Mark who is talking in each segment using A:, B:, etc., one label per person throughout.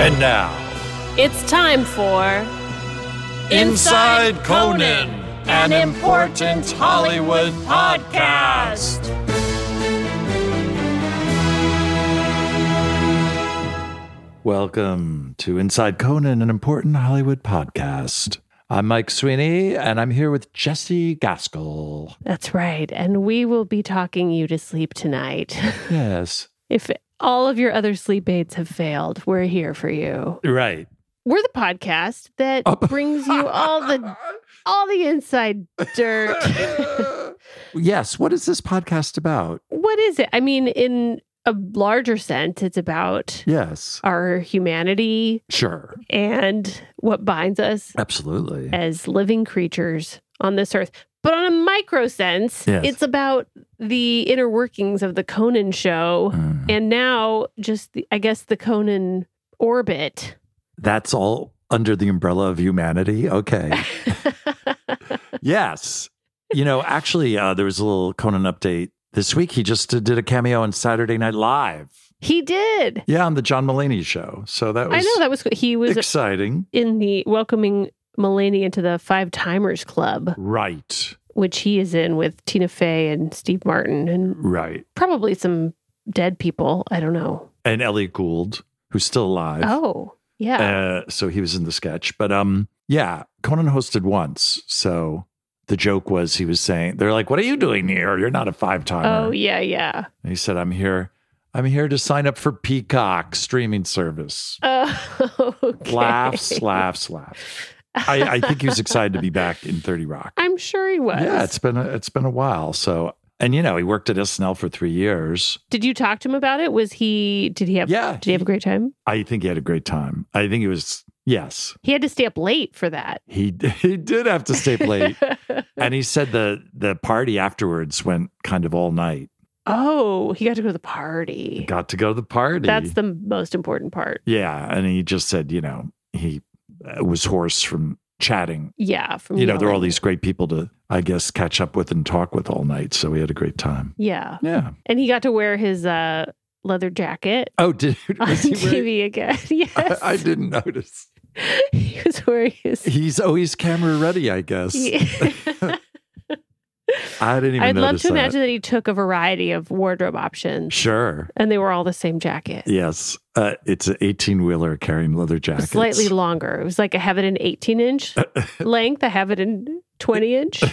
A: And now,
B: It's time for
A: Inside Conan, an important Hollywood podcast. Welcome to Inside Conan, an important Hollywood podcast. I'm Mike Sweeney, and I'm here with Jesse Gaskell.
B: That's right. And we will be talking you to sleep tonight.
A: Yes.
B: if all of your other sleep aids have failed, we're here for you.
A: Right.
B: We're the podcast that
A: Up.
B: brings you all the all the inside dirt.
A: yes. What is this podcast about?
B: what is it? I mean, in a larger sense, it's about
A: Yes.
B: our humanity
A: Sure.
B: and what binds us
A: Absolutely.
B: as living creatures on this earth. But on a micro sense,
A: Yes.
B: it's about the inner workings of the Conan show.
A: Mm.
B: And now, just the, I guess the Conan orbit.
A: That's all under the umbrella of humanity. Okay. yes. You know, actually, uh, there was a little Conan update this week. He just did a cameo on Saturday Night Live.
B: he did.
A: Yeah, on the John Mulaney show. So that was,
B: I know that was, he was
A: exciting.
B: in the welcoming Mulaney into the Five Timers Club,
A: Right.
B: which he is in with Tina Fey and Steve Martin and
A: Right.
B: probably some dead people. I don't know.
A: And Ellie Gould, who's still alive.
B: Oh, yeah.
A: Uh, so he was in the sketch. But um, yeah, Conan hosted once. So the joke was he was saying, they're like, what are you doing here? You're not a five timer.
B: oh, yeah, yeah.
A: And he said, I'm here. I'm here to sign up for Peacock streaming service.
B: Oh, okay.
A: Laughs, laughs, laughs. I, I think he was excited to be back in 30 Rock.
B: I'm sure he was.
A: Yeah, it's been a, it's been a while. So, and you know, he worked at SNL for three years.
B: did you talk to him about it? Was he? Did he have?
A: Yeah,
B: Did he have a great time?
A: I think he had a great time. I think it was yes,
B: He had to stay up late for that.
A: he he did have to stay late, and he said the the party afterwards went kind of all night.
B: oh, he got to go to the party.
A: Got to go to the party.
B: That's the most important part.
A: yeah, and he just said, you know, he uh, was hoarse from chatting.
B: Yeah. From
A: You know, there were all
B: yelling.
A: these great people to, I guess, catch up with and talk with all night. So we had a great time.
B: Yeah,
A: Yeah.
B: and he got to wear his uh, leather jacket
A: Oh, did
B: on
A: was he
B: TV
A: wearing-
B: again. Yes,
A: I, I didn't notice.
B: he was wearing his.
A: He's always camera ready, I guess. I didn't even
B: I'd love
A: notice
B: to
A: that.
B: imagine that he took a variety of wardrobe options,
A: Sure.
B: and they were all the same jacket.
A: Yes. Uh, it's an 18 wheeler carrying leather jackets.
B: slightly longer. It was like I have it in 18 inch length, I have it in 20 inch,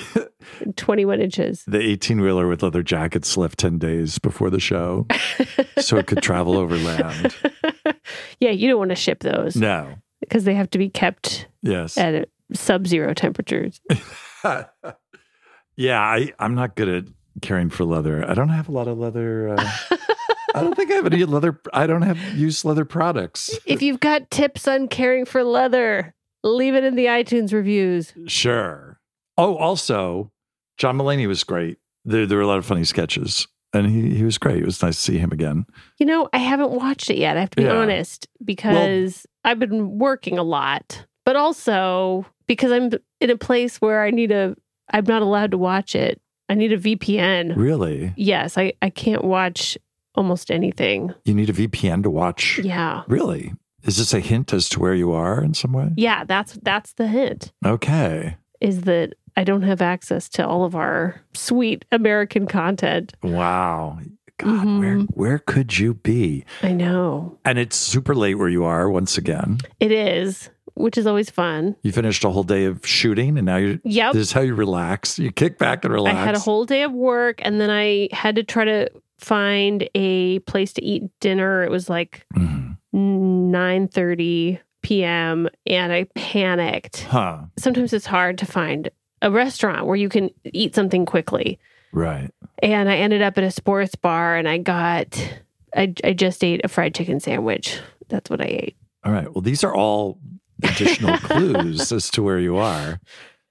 B: and 21 inches.
A: The 18 wheeler with leather jackets left 10 days before the show so it could travel overland.
B: yeah, you don't want to ship those
A: No.
B: because they have to be kept
A: Yes.
B: at sub zero temperatures.
A: yeah. I, I'm not good at carrying for leather. I don't have a lot of leather. Uh, I don't think I have any leather. I don't have used leather products.
B: if you've got tips on caring for leather, leave it in the iTunes reviews.
A: Sure. Oh, also, John Mulaney was great. There, there were a lot of funny sketches, and he, he was great. It was nice to see him again.
B: You know, I haven't watched it yet. I have to be
A: Yeah.
B: honest because I've been working a lot, but also because I'm in a place where I need a, I'm not allowed to watch it. I need a VPN.
A: Really?
B: Yes, I, I can't watch almost anything.
A: You need a VPN to watch.
B: Yeah.
A: Really? Is this a hint as to where you are in some way?
B: Yeah, that's that's the hint
A: Okay.
B: is that I don't have access to all of our sweet American content.
A: Wow. God, where
B: Mhm.
A: where could you be?
B: I know.
A: And it's super late where you are once again.
B: It is, which is always fun.
A: You finished a whole day of shooting and now you're
B: Yep.
A: this is how you relax. You kick back and relax.
B: I had a whole day of work and then I had to try to find a place to eat dinner. It was like
A: Mhm.
B: 9:30 p.m. and I panicked.
A: Huh.
B: Sometimes it's hard to find a restaurant where you can eat something quickly.
A: Right.
B: And I ended up at a sports bar and I got I, I just ate a fried chicken sandwich. That's what I ate.
A: All right. Well, these are all additional clues as to where you are.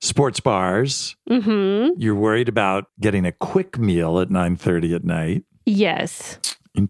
A: Sports bars.
B: Mhm.
A: You're worried about getting a quick meal at 9:30 at night.
B: Yes,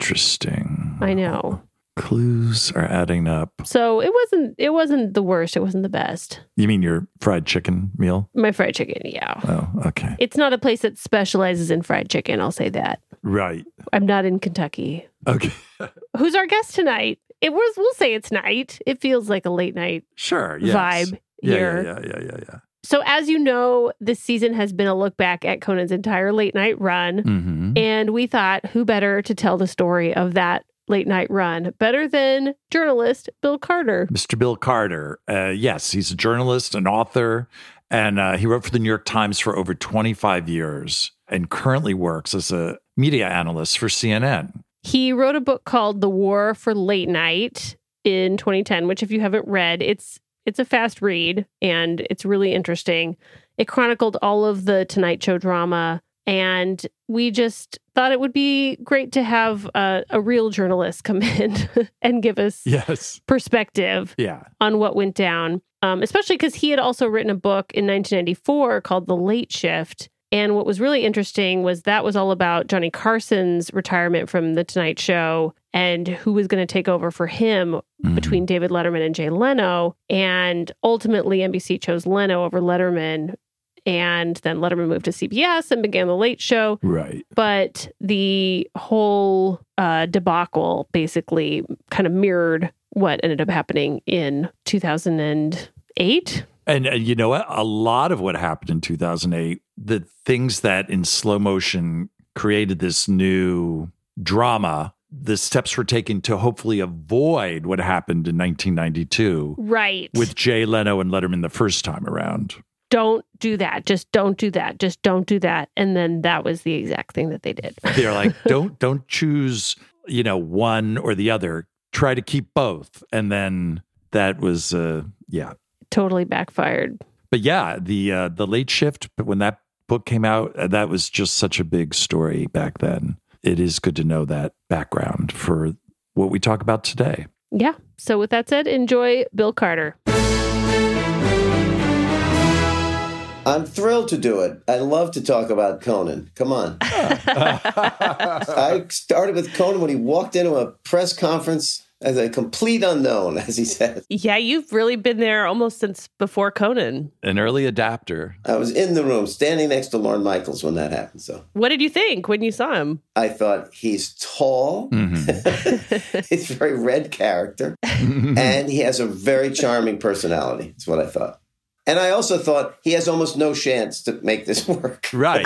A: Interesting.
B: I know.
A: Clues are adding up.
B: So it wasn't it wasn't the worst, it wasn't the best.
A: You mean your fried chicken meal?
B: My fried chicken, yeah.
A: Oh, okay.
B: It's not a place that specializes in fried chicken, I'll say that.
A: Right.
B: I'm not in Kentucky.
A: Okay.
B: Who's our guest tonight? It was we'll say it's night. It feels like a late night
A: Sure. Yes.
B: vibe
A: Yeah,
B: here.
A: yeah, yeah, yeah, yeah, yeah.
B: So as you know, this season has been a look back at Conan's entire late night run.
A: Mm-hmm.
B: And we thought, who better to tell the story of that late night run better than journalist Bill Carter?
A: Mr. Bill Carter. Uh, yes, he's a journalist, an author, and uh, he wrote for the New York Times for over 25 years and currently works as a media analyst for CNN.
B: He wrote a book called The War for Late Night in 2010, which if you haven't read, it's it's a fast read and it's really interesting. It chronicled all of the Tonight Show drama and we just thought it would be great to have a, a real journalist come in and give us
A: Yes.
B: perspective
A: Yeah.
B: on what went down, um, especially because he had also written a book in 1994 called The Late Shift. And what was really interesting was that was all about Johnny Carson's retirement from The Tonight Show and who was going to take over for him
A: Mhm.
B: Mm-hmm. between David Letterman and Jay Leno. And ultimately, NBC chose Leno over Letterman. And then Letterman moved to CBS and began The Late Show
A: Right.
B: but the whole uh, debacle basically kind of mirrored what ended up happening in 2008.
A: And uh, you know what? A lot of what happened in 2008, the things that in slow motion created this new drama, the steps were taken to hopefully avoid what happened in 1992
B: Right.
A: with Jay Leno and Letterman the first time around.
B: don't do that. Just don't do that. Just don't do that. And then that was the exact thing that they did.
A: they're like don't don't choose you know one or the other try to keep both and then that was uh yeah
B: totally backfired.
A: but yeah the uh the late shift but when that book came out uh, that was just such a big story back then it is good to know that background for what we talk about today
B: Yeah. So, with that said, enjoy Bill Carter.
C: I'm thrilled to do it. I love to talk about Conan. Come on. I started with Conan when he walked into a press conference as a complete unknown, as he says.
D: Yeah, you've really been there almost since before Conan.
A: an early adapter
C: I was in the room standing next to Lorne Michaels when that happened. So
D: What did you think when you saw him?
C: I thought he's tall, he's a very red character, and he has a very charming personality. That's what I thought. And I also thought he has almost no chance to make this work.
A: right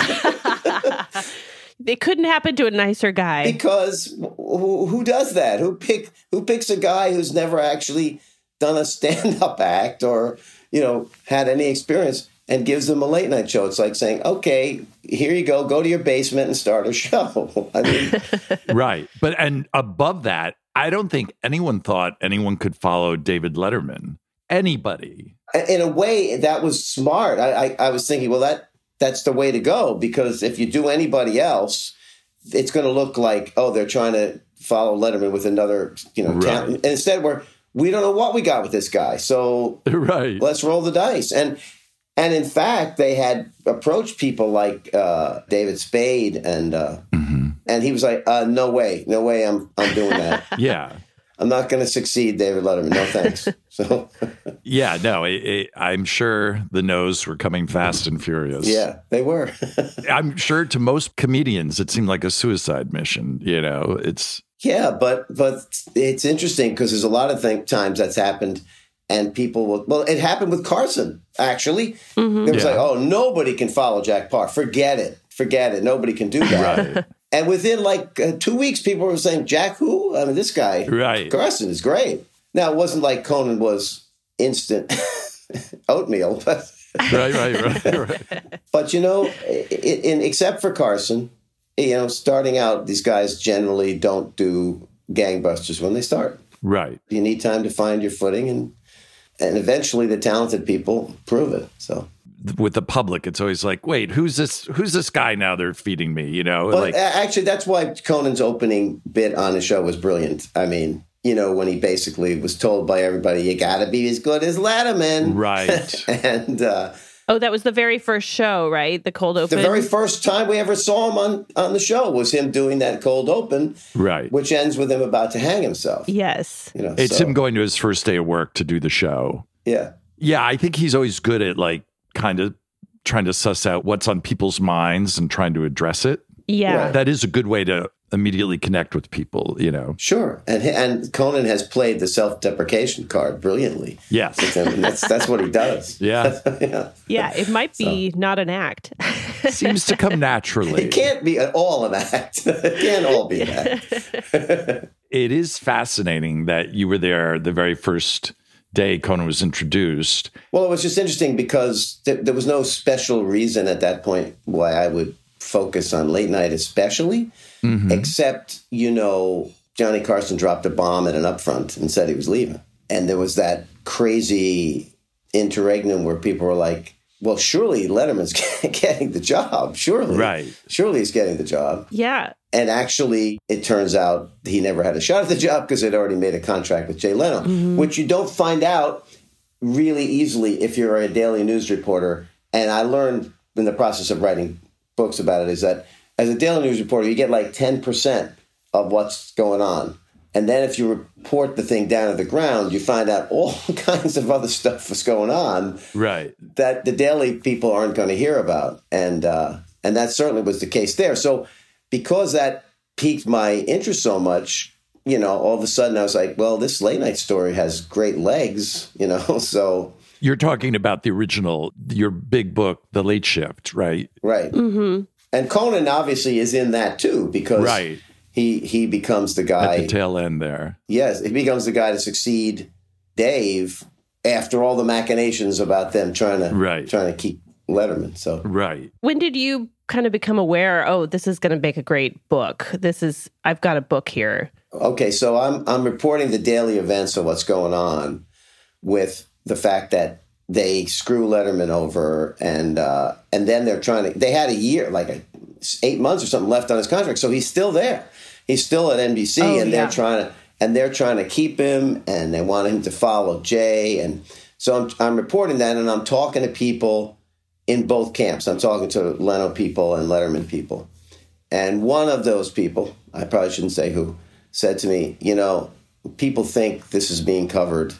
D: It couldn't happen to a nicer guy.
C: because who, who does that? Who pick who picks a guy who's never actually done a stand up act or you know had any experience and gives them a late night show? It's like saying, okay, here you go, go to your basement and start a show. I mean,
A: right but and above that i don't think anyone thought anyone could follow david letterman anybody
C: in a way, that was smart. I, I, I was thinking, well, that that's the way to go because if you do anybody else, it's going to look like oh, they're trying to follow Letterman with another you know
A: Right.
C: talent. And instead, we're we don't know what we got with this guy, so
A: right
C: let's roll the dice and and in fact they had approached people like uh, david spade and uh, and he was like uh, no way no way i'm i'm doing that
A: yeah
C: i'm not going to succeed david letterman no thanks so
A: Yeah, no, it, it, I'm sure the no's were coming fast and furious.
C: yeah they were
A: I'm sure to most comedians, it seemed like a suicide mission. You know, it's
C: yeah but but it's interesting because there's a lot of think, times that's happened and people will well it happened with carson actually it was
A: Yeah.
C: like oh nobody can follow jack parr forget it forget it nobody can do that And within like uh, two weeks, people were saying, Jack, who? I mean, this guy,
A: Right.
C: Carson, is great. Now, it wasn't like Conan was instant oatmeal, but,
A: right, right, right, right.
C: but you know, i- i in, except for Carson, you know, starting out, these guys generally don't do gangbusters when they start.
A: Right.
C: You need time to find your footing, and, and eventually the talented people prove it. So.
A: With the public, it's always like, wait, who's this? Who's this guy now? They're feeding me, you know,
C: Well, eh.
A: like
C: a- actually, that's why Conan's opening bit on the show was brilliant. I mean, you know, when he basically was told by everybody, "You got to be as good as Letterman,"
A: Right.
C: and uh,
D: Oh, that was the very first show, right? The cold
C: the
D: open.
C: very first time we ever saw him on on the show was him doing that cold open,
A: right.
C: which ends with him about to hang himself.
D: yes.
C: You know,
A: It's
C: so,
A: him going to his first day of work to do the show.
C: Yeah,
A: Yeah, I think he's always good at like kind of trying to suss out what's on people's minds and trying to address it.
D: Yeah.
A: That is a good way to immediately connect with people, you know.
C: sure. And he- and Conan has played the self deprecation card brilliantly.
A: Yes.
C: And that's that's what he does.
A: Yeah.
C: yeah.
D: Yeah. It might be not an act.
A: Seems to come naturally.
C: It can't be at all an act. it can't all be an act.
A: it is fascinating that you were there the very first day Conan was introduced.
C: Well, it was just interesting because th- there was no special reason at that point why I would focus on late night, especially, except, you know, Johnny Carson dropped a bomb at an upfront and said he was leaving. And there was that crazy interregnum where people were like, well, surely Letterman's getting the job. Surely.
A: Right.
C: Surely he's getting the job.
D: yeah.
C: And actually, it turns out he never had a shot at the job because they'd already made a contract with Jay Leno, which you don't find out really easily if you're a daily news reporter. And I learned in the process of writing books about it is that as a daily news reporter, you get like 10% of what's going on. And then if you report the thing down to the ground, you find out all kinds of other stuff was going on
A: Right.
C: that the daily people aren't going to hear about, and uh, and that certainly was the case there. So because that piqued my interest so much, you know, all of a sudden I was like, well, this late night story has great legs, you know. So
A: You're talking about the original, your big book, The Late Shift, right?
C: right, mm-hmm. and Conan obviously is in that too because
A: Right.
C: he he becomes the
A: At
C: guy.
A: the tail end there.
C: Yes, he becomes the guy to succeed Dave after all the machinations about them trying to
A: Right.
C: trying to keep Letterman. So
A: Right.
D: When did you kind of become aware, oh, this is going to make a great book? This is, I've got a book here.
C: Okay, so I'm I'm reporting the daily events of what's going on with the fact that they screw Letterman over and uh, and then they're trying to they had a year like a, eight months or something left on his contract, so he's still there. He's still at NBC
D: Oh,
C: and
D: yeah.
C: they're trying to and they're trying to keep him and they want him to follow Jay and so I'm I'm reporting that and I'm talking to people in both camps. I'm talking to Leno people and Letterman people. And one of those people, I probably shouldn't say who, said to me, You know, people think this is being covered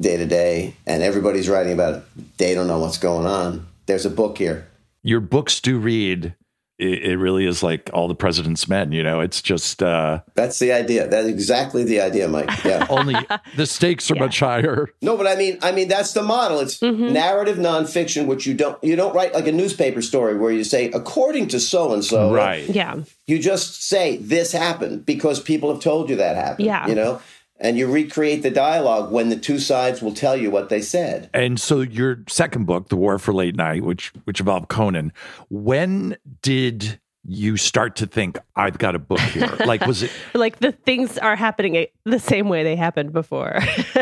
C: day to day, and everybody's writing about it. They don't know what's going on. There's a book here.
A: Your books do read. It, it really is like all the president's men, you know. It's just uh
C: That's the idea. That's exactly the idea, Mike. Yeah.
A: only the stakes are much higher.
C: No, but I mean, I mean that's the model. It's narrative nonfiction, which you don't you don't write like a newspaper story where you say according to so and so,
A: Right.
D: Yeah.
C: you just say this happened because people have told you that happened.
D: Yeah.
C: You know? And you recreate the dialogue when the two sides will tell you what they said.
A: And so your second book, The War for Late Night, which which involved Conan, when did you start to think I've got a book here? like was it
D: Like the things are happening the same way they happened before.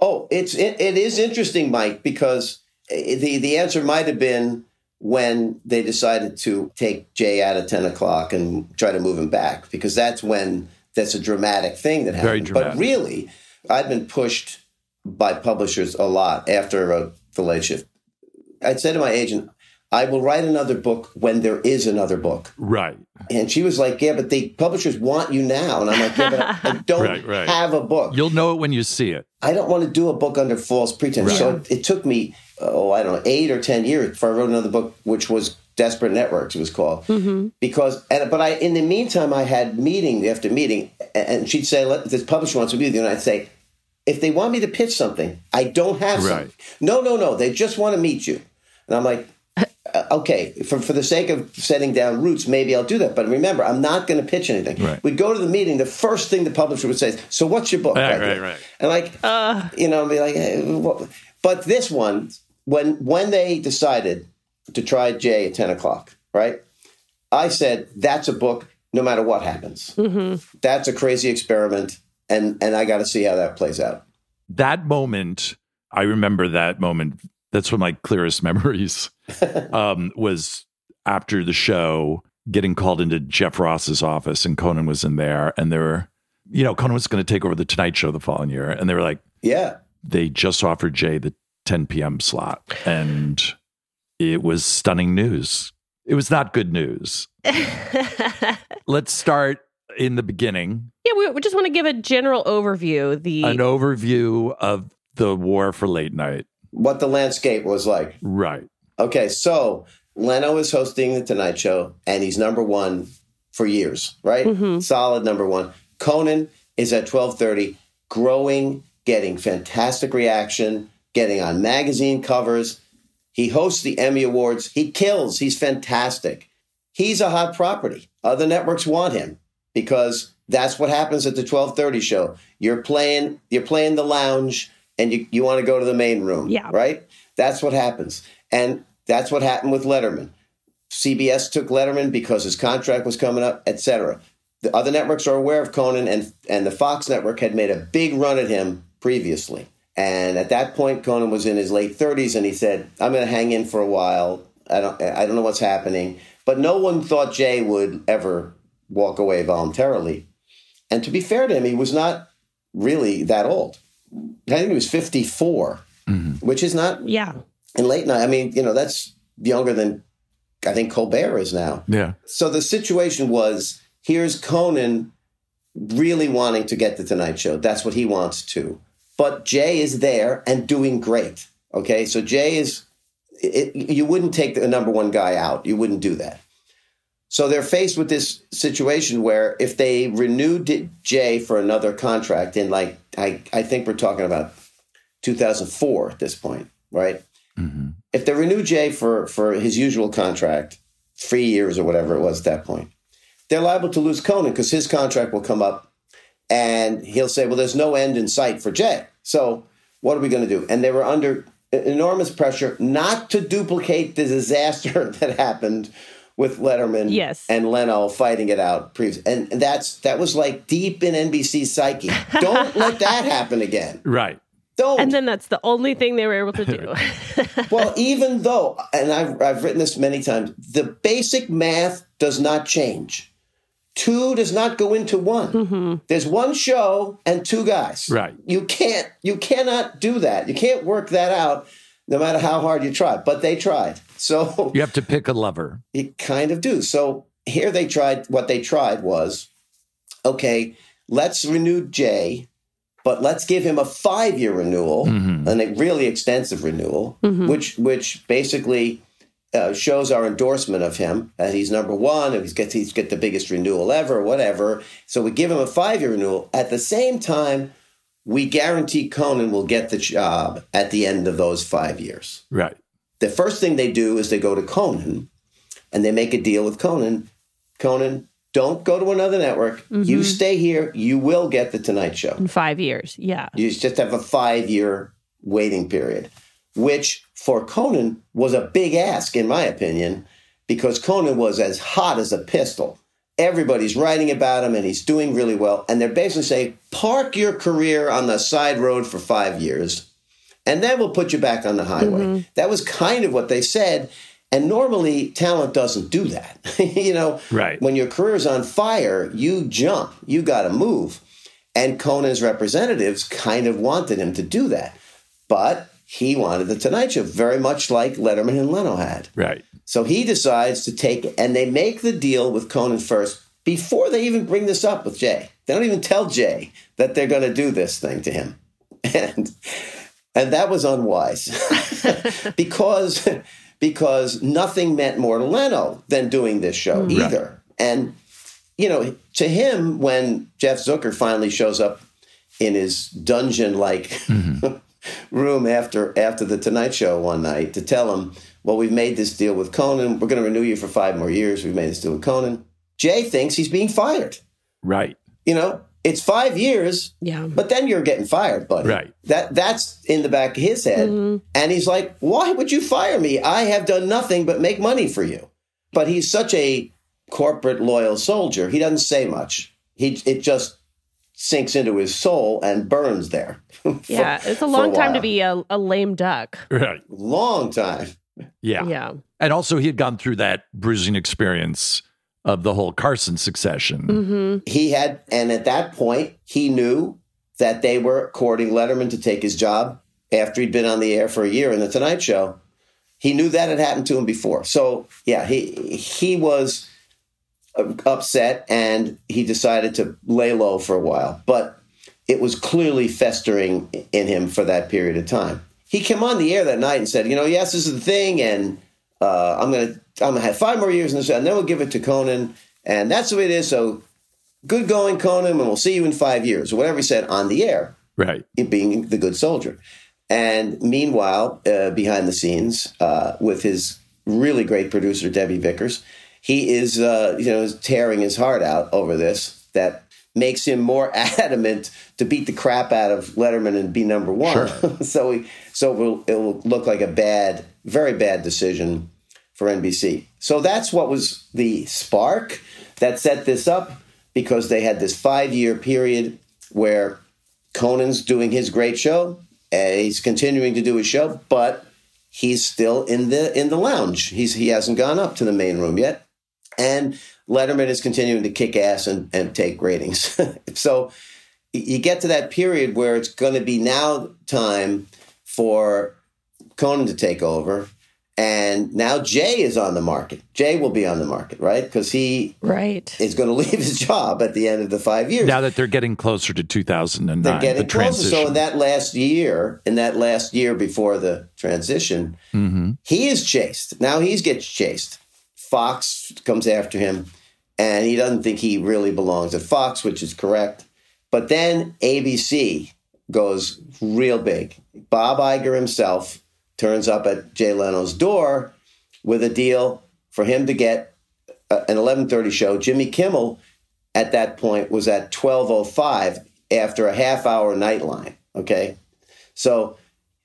C: Oh, it's it, it is interesting, Mike, because i- the the answer might have been when they decided to take Jay out at ten o'clock and try to move him back, because that's when that's a dramatic thing that
A: Very
C: happened.
A: dramatic.
C: But really, I've been pushed by publishers a lot after I wrote The Late Shift. I'd said to my agent, "I will write another book when there is another book."
A: right?
C: And she was like, "Yeah, but the publishers want you now," and I'm like, "Yeah, but I don't
A: Right, right.
C: have a book."
A: You'll know it when you see it.
C: I don't want to do a book under false pretense. So it, it took me, oh, I don't know, eight or ten years before I wrote another book, which was Desperate Networks. It was called
A: Mm-hmm.
C: because, and but I in the meantime I had meeting after meeting, and, and she'd say, "Let this publisher wants to be with you," and I'd say, "If they want me to pitch something, I don't have
A: Right.
C: something. No, no, no. They just want to meet you." And I'm like, I, okay, for, for the sake of setting down roots, maybe I'll do that. But remember, I'm not going to pitch anything.
A: Right.
C: We'd go to the meeting. The first thing the publisher would say is, "So what's your book?"
A: Right,
C: I'd be
A: right,
C: like-
A: right.
C: And like, you know, I'd be like, hey, what? but this one, when when they decided to try Jay at ten o'clock, right? I said that's a book. No matter what happens, that's a crazy experiment, and and I got to see how that plays out.
A: that moment i remember that moment that's one of my clearest memories um, was after the show getting called into jeff ross's office and conan was in there and they were you know conan was going to take over the tonight show the following year and they were like
C: Yeah,
A: they just offered jay the 10 p.m slot and it was stunning news it was not good news
D: yeah,
A: let's start in the beginning
D: we, we just want to give a general overview. The
A: an overview of the war for late night
C: what the landscape was like.
A: right
C: Okay, so Leno is hosting the Tonight Show, and he's number one for years, right? Solid number one. Conan is at twelve thirty, growing, getting fantastic reaction, getting on magazine covers. He hosts the Emmy Awards. He kills. He's fantastic. He's a hot property. Other networks want him because that's what happens at the twelve thirty show. You're playing. You're playing the lounge, and you you want to go to the main room.
D: Yeah.
C: Right. That's what happens, and that's what happened with Letterman. CBS took Letterman because his contract was coming up, etc. The other networks are aware of Conan, and and the Fox network had made a big run at him previously. And at that point, Conan was in his late thirties, and he said, "I'm going to hang in for a while. I don't I don't know what's happening." But no one thought Jay would ever walk away voluntarily. And to be fair to him, he was not really that old. I think he was 54, which is not
D: yeah,
C: in late night. I mean, you know, that's younger than I think Colbert is now.
A: yeah
C: So the situation was here's Conan really wanting to get the Tonight Show. That's what he wants to. But Jay is there and doing great. Okay. So Jay is, it, you wouldn't take the number one guy out. You wouldn't do that. So they're faced with this situation where if they renewed D- Jay for another contract in like, I, I think we're talking about 2004 at this point, right? If they renew Jay for, for his usual contract, three years or whatever it was at that point. They're liable to lose Conan because his contract will come up and he'll say, Well, there's no end in sight for Jay. So what are we going to do? And they were under e-, enormous pressure not to duplicate the disaster that happened with Letterman
D: Yes.
C: and Leno fighting it out. previous- And and that's that was like deep in NBC's psyche. Don't let that happen again.
A: right
C: Don't.
D: and then that's the only thing they were able to do.
C: well, even though, and I've, I've written this many times, the basic math does not change. Two does not go into one. There's one show and two guys.
A: Right.
C: You can't, you cannot do that. You can't work that out no matter how hard you try, but they tried. So
A: You have to pick a lover.
C: you kind of do. So here they tried, what they tried was okay, let's renew Jay, but let's give him a five year renewal, and a really extensive renewal, which, which basically uh, shows our endorsement of him that he's number one and he's get, he's get the biggest renewal ever, whatever. So we give him a five year renewal. At the same time, we guarantee Conan will get the job at the end of those five years
A: Right.
C: the first thing they do is they go to Conan and they make a deal with Conan. Conan, don't go to another network. You stay here. You will get the Tonight Show.
D: in five years, yeah,
C: You just have a five year waiting period, which for Conan was a big ask, in my opinion, because Conan was as hot as a pistol. Everybody's writing about him and he's doing really well. And they're basically saying, park your career on the side road for five years and then we'll put you back on the highway. That was kind of what they said. And normally, talent doesn't do that. you know,
A: Right.
C: when your career's on fire, you jump, you got to move. And Conan's representatives kind of wanted him to do that. But he wanted the Tonight Show, very much like Letterman and Leno had.
A: Right.
C: So he decides to take it, and they make the deal with Conan first before they even bring this up with Jay. They don't even tell Jay that they're going to do this thing to him, and and that was unwise because because nothing meant more to Leno than doing this show either. And you know, to him, when Jeff Zucker finally shows up in his dungeon like room after after the Tonight Show one night to tell him well, we've made this deal with Conan. We're going to renew you for five more years. We've made this deal with Conan. Jay thinks he's being fired.
A: Right.
C: You know, it's five years,
B: Yeah.
C: but then you're getting fired, buddy.
A: Right.
C: That that's in the back of his head,
D: Mm-hmm.
C: and he's like, "Why would you fire me? I have done nothing but make money for you." But he's such a corporate loyal soldier. He doesn't say much. He it just sinks into his soul and burns there. for-
D: Yeah, it's
C: for
D: a long time
C: while.
D: to be a, a lame duck.
A: Right.
C: long time.
A: Yeah.
D: Yeah.
A: And also, he had gone through that bruising experience of the whole Carson succession.
C: Mm.
D: hmm
C: he had and at that point he knew that they were courting letterman to take his job after he'd been on the air for a year in the tonight show he knew that had happened to him before so yeah he he was uh, upset and he decided to lay low for a while but it was clearly festering in him for that period of time he came on the air that night and said you know yes this is the thing and uh, i'm gonna i'm gonna have five more years in this and then we'll give it to conan and that's the way it is so good going, Conan, and we'll see you in five years, or whatever he said on the air,
A: Right.
C: it being the good soldier. And meanwhile, uh, behind the scenes, uh, with his really great producer, Debbie Vickers, he is, uh, you know, tearing his heart out over this. That makes him more adamant to beat the crap out of Letterman and be number one. so he, so it will, it will look like a bad, very bad decision for NBC. So that's what was the spark that set this up because they had this five year period where Conan's doing his great show. and he's continuing to do his show, but he's still in the in the lounge. He's he hasn't gone up to the main room yet. And Letterman is continuing to kick ass and, and take ratings. so y- you get to that period where it's going to be now time for Conan to take over. And now Jay is on the market. Jay will be on the market, right? Because he
B: Right.
C: is going to leave his job at the end of the five years.
A: Now that they're getting closer to 2009,
C: They're getting
A: the
C: closer.
A: transition.
C: So in that last year, in that last year before the transition,
A: Mm-hmm.
C: he is chased. Now he's gets chased. Fox comes after him, and he doesn't think he really belongs at Fox, which is correct. But then ABC goes real big. Bob Iger himself turns up at Jay Leno's door with a deal for him to get uh, an 11:30 show. Jimmy Kimmel at that point was at 12:05 after a half hour nightline. Okay, so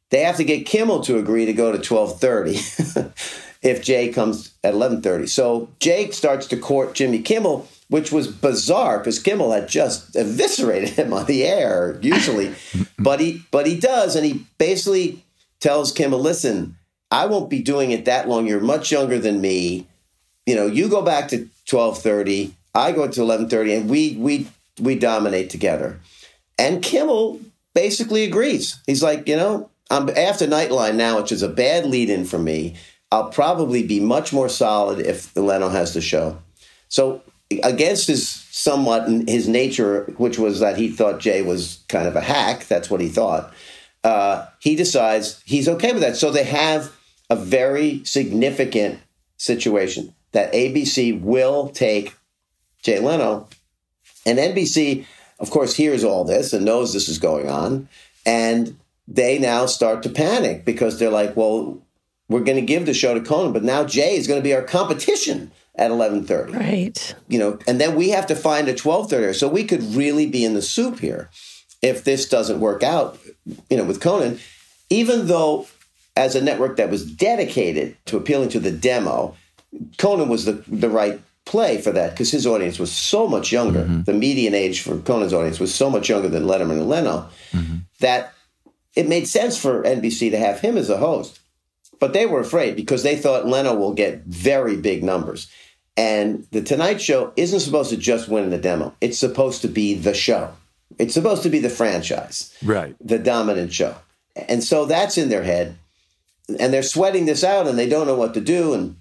C: they have to get Kimmel to agree to go to 12:30 if Jay comes at 11:30. So Jake starts to court Jimmy Kimmel, which was bizarre because Kimmel had just eviscerated him on the air usually, but he but he does, and he basically tells Kimmel, "Listen, I won't be doing it that long. You're much younger than me. You know, you go back to 12:30, I go to 11:30, and we we we dominate together." And Kimmel basically agrees. He's like, you know, I'm after Nightline now, which is a bad lead in for me. I'll probably be much more solid if Leno has the show. So, against his somewhat his nature, which was that he thought Jay was kind of a hack, that's what he thought. Uh, he decides he's okay with that. So they have a very significant situation that ABC will take Jay Leno and NBC, of course, hears all this and knows this is going on. And they now start to panic because they're like, well, we're going to give the show to Conan, but now Jay is going to be our competition at 1130
B: Right.
C: you know, and then we have to find a 1230. So we could really be in the soup here if this doesn't work out, you know, with Conan, even though as a network that was dedicated to appealing to the demo, Conan was the, the right play for that because his audience was so much younger. The median age for Conan's audience was so much younger than Letterman and Leno that it made sense for NBC to have him as a host. But they were afraid because they thought Leno will get very big numbers. And The Tonight Show isn't supposed to just win the demo, it's supposed to be the show. It's supposed to be the franchise,
A: right.
C: the dominant show. And so that's in their head. And they're sweating this out and they don't know what to do. And,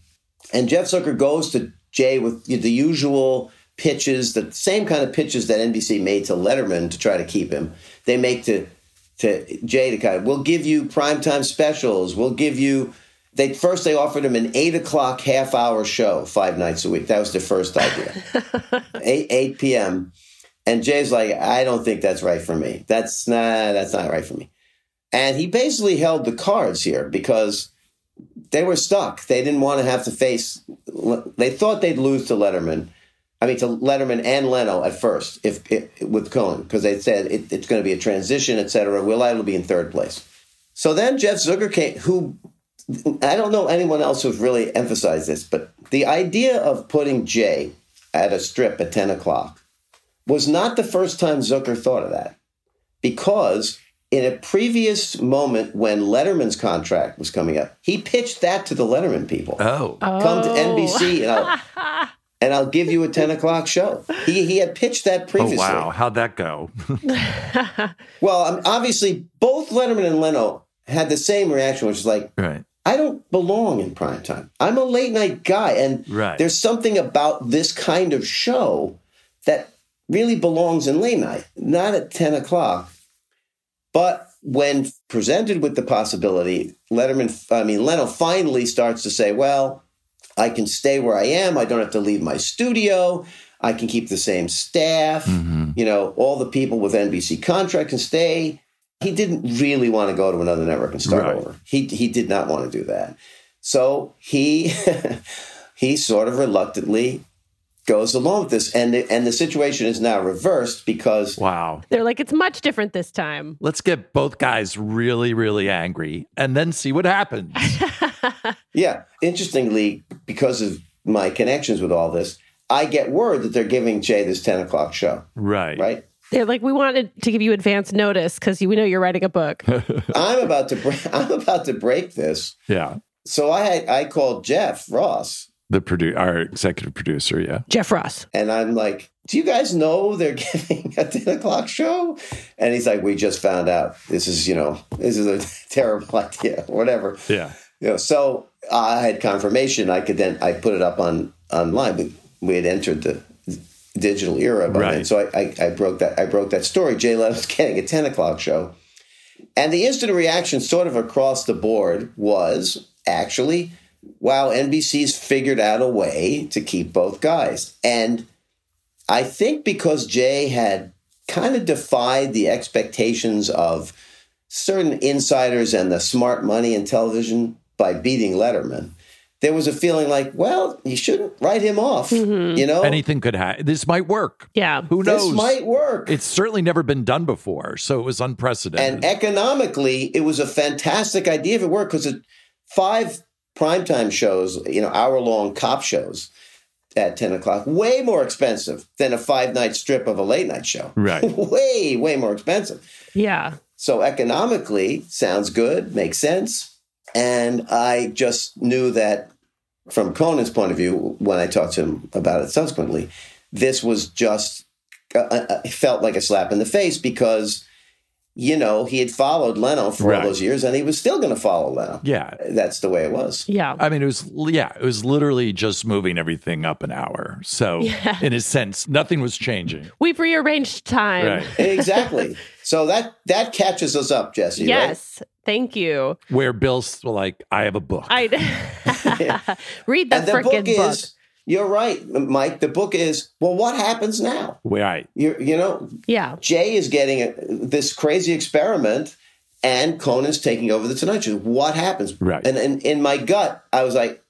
C: and Jeff Zucker goes to Jay with the usual pitches, the same kind of pitches that NBC made to Letterman to try to keep him. They make to to Jay to kind of, we'll give you primetime specials. We'll give you. They first they offered him an eight o'clock half hour show five nights a week. That was their first idea, eight eight p.m. And Jay's like, I don't think that's right for me. That's not that's not right for me. And he basically held the cards here because they were stuck. They didn't want to have to face. They thought they'd lose to Letterman. I mean, to Letterman and Leno at first, if, if with Cohen, because they said it, it's going to be a transition, et cetera. We're liable to be in third place. So then Jeff Zucker came, who I don't know anyone else who's really emphasized this, but the idea of putting Jay at a strip at ten o'clock was not the first time Zucker thought of that, because in a previous moment when Letterman's contract was coming up, he pitched that to the Letterman people.
A: Oh.
B: Uh,
C: Come to NBC and I'll, and I'll give you a 10 o'clock show. He, he had pitched that
A: Oh,
C: previously.
A: wow. How'd that go?
C: Well, um, obviously, both Letterman and Leno had the same reaction, which is like,
A: right.
C: I don't belong in prime time. I'm a late night guy. And
A: Right.
C: there's something about this kind of show that really belongs in late night, not at 10 o'clock. But when presented with the possibility, Letterman, I mean, Leno finally starts to say, well, I can stay where I am. I don't have to leave my studio. I can keep the same staff. You know, all the people with NBC contract can stay. He didn't really want to go to another network and start
A: Right.
C: over. He he did not want to do that. So he he sort of reluctantly goes along with this, and the, and the situation is now reversed because
A: Wow.
B: They're like, it's much different this time.
A: Let's get both guys really, really angry and then see what happens.
C: Yeah. Interestingly, because of my connections with all this, I get word that they're giving Jay this 10 o'clock show,
A: right.
C: right?
B: They're like, we wanted to give you advance notice because we know you're writing a book.
C: I'm about to break, I'm about to break this.
A: Yeah.
C: So I had, I called Jeff Ross
A: The produ- our executive producer. Yeah.
B: Jeff Ross.
C: and I'm like, do you guys know they're giving a 10 o'clock show? And he's like, we just found out this is, you know, this is a terrible idea, whatever.
A: Yeah.
C: You know, so I had confirmation. I could then I put it up on online. We we had entered the digital era, by then.
A: Right.
C: so I, I, I broke that I broke that story. Jay Leno's getting a ten o'clock show, and the instant reaction, sort of across the board, was actually, wow, NBC's figured out a way to keep both guys, and I think because Jay had kind of defied the expectations of certain insiders and the smart money in television by beating Letterman, there was a feeling like, well, you shouldn't write him off. You know,
A: Anything could happen. This might work.
B: Yeah.
A: Who knows?
C: Oh. this might work.
A: It's certainly never been done before. So it was unprecedented.
C: and economically, it was a fantastic idea if it worked because five primetime shows, you know, hour long cop shows at 10 o'clock, way more expensive than a five night strip of a late night show.
A: Right.
C: way, way more expensive.
B: Yeah.
C: So economically, sounds good, makes sense. And I just knew that from Conan's point of view, when I talked to him about it subsequently, this was just uh, uh, it felt like a slap in the face because you know he had followed Leno for
A: Right.
C: all those years, and he was still going to follow Leno.
A: yeah.
C: That's the way it was.
B: Yeah.
A: I mean, it was, yeah, it was literally just moving everything up an hour. So, in a sense, nothing was changing.
B: We've rearranged time.
A: Right.
C: exactly. So that that catches us up, Jesse. right?
B: Yes. Thank you.
A: Where Bill's like, I have a book.
B: I read the
C: And the
B: freaking book.
C: book is. You're right, Mike. The book is well. What happens now?
A: right.
C: You you know
B: Yeah.
C: Jay is getting a, this crazy experiment, and Conan's taking over the Tonight Show. What happens?
A: Right.
C: And, and in my gut, I was like,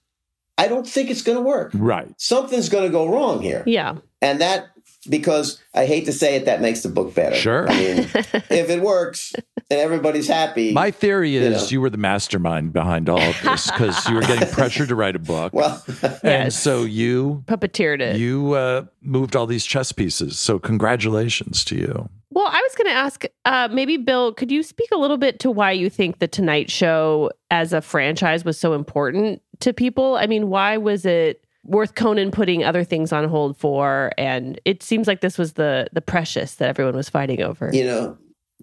C: I don't think it's going to work.
A: Right.
C: Something's going to go wrong here.
B: Yeah.
C: And that, because I hate to say it, that makes the book better.
A: Sure.
C: I mean, if it works and everybody's happy,
A: My theory is
C: know.
A: you were the mastermind behind all of this because you were getting pressured to write a book.
C: well,
A: and so you
B: Puppeteered it.
A: you uh, moved all these chess pieces. So congratulations to you.
B: Well, I was going to ask, uh, maybe Bill, could you speak a little bit to why you think the Tonight Show as a franchise was so important to people? I mean, why was it worth Conan putting other things on hold for? And it seems like this was the the precious that everyone was fighting over.
C: you know,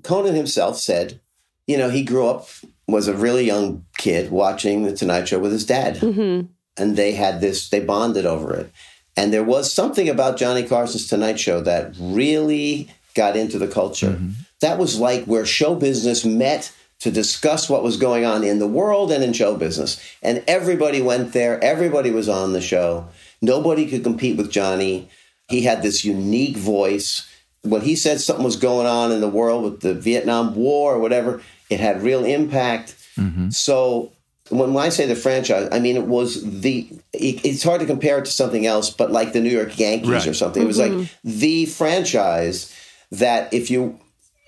C: Conan himself said, you know, he grew up, was a really young kid watching The Tonight Show with his dad.
B: Mm-hmm.
C: and they had this they bonded over it and there was something about johnny carson's tonight show that really got into the culture that was like where show business met to discuss what was going on in the world and in show business and everybody went there everybody was on the show nobody could compete with johnny he had this unique voice when he said something was going on in the world with the vietnam war or whatever it had real impact so When I say the franchise, I mean it was the. It, it's hard to compare it to something else, but like the New York Yankees
A: Right.
C: or something. It was like the franchise that if you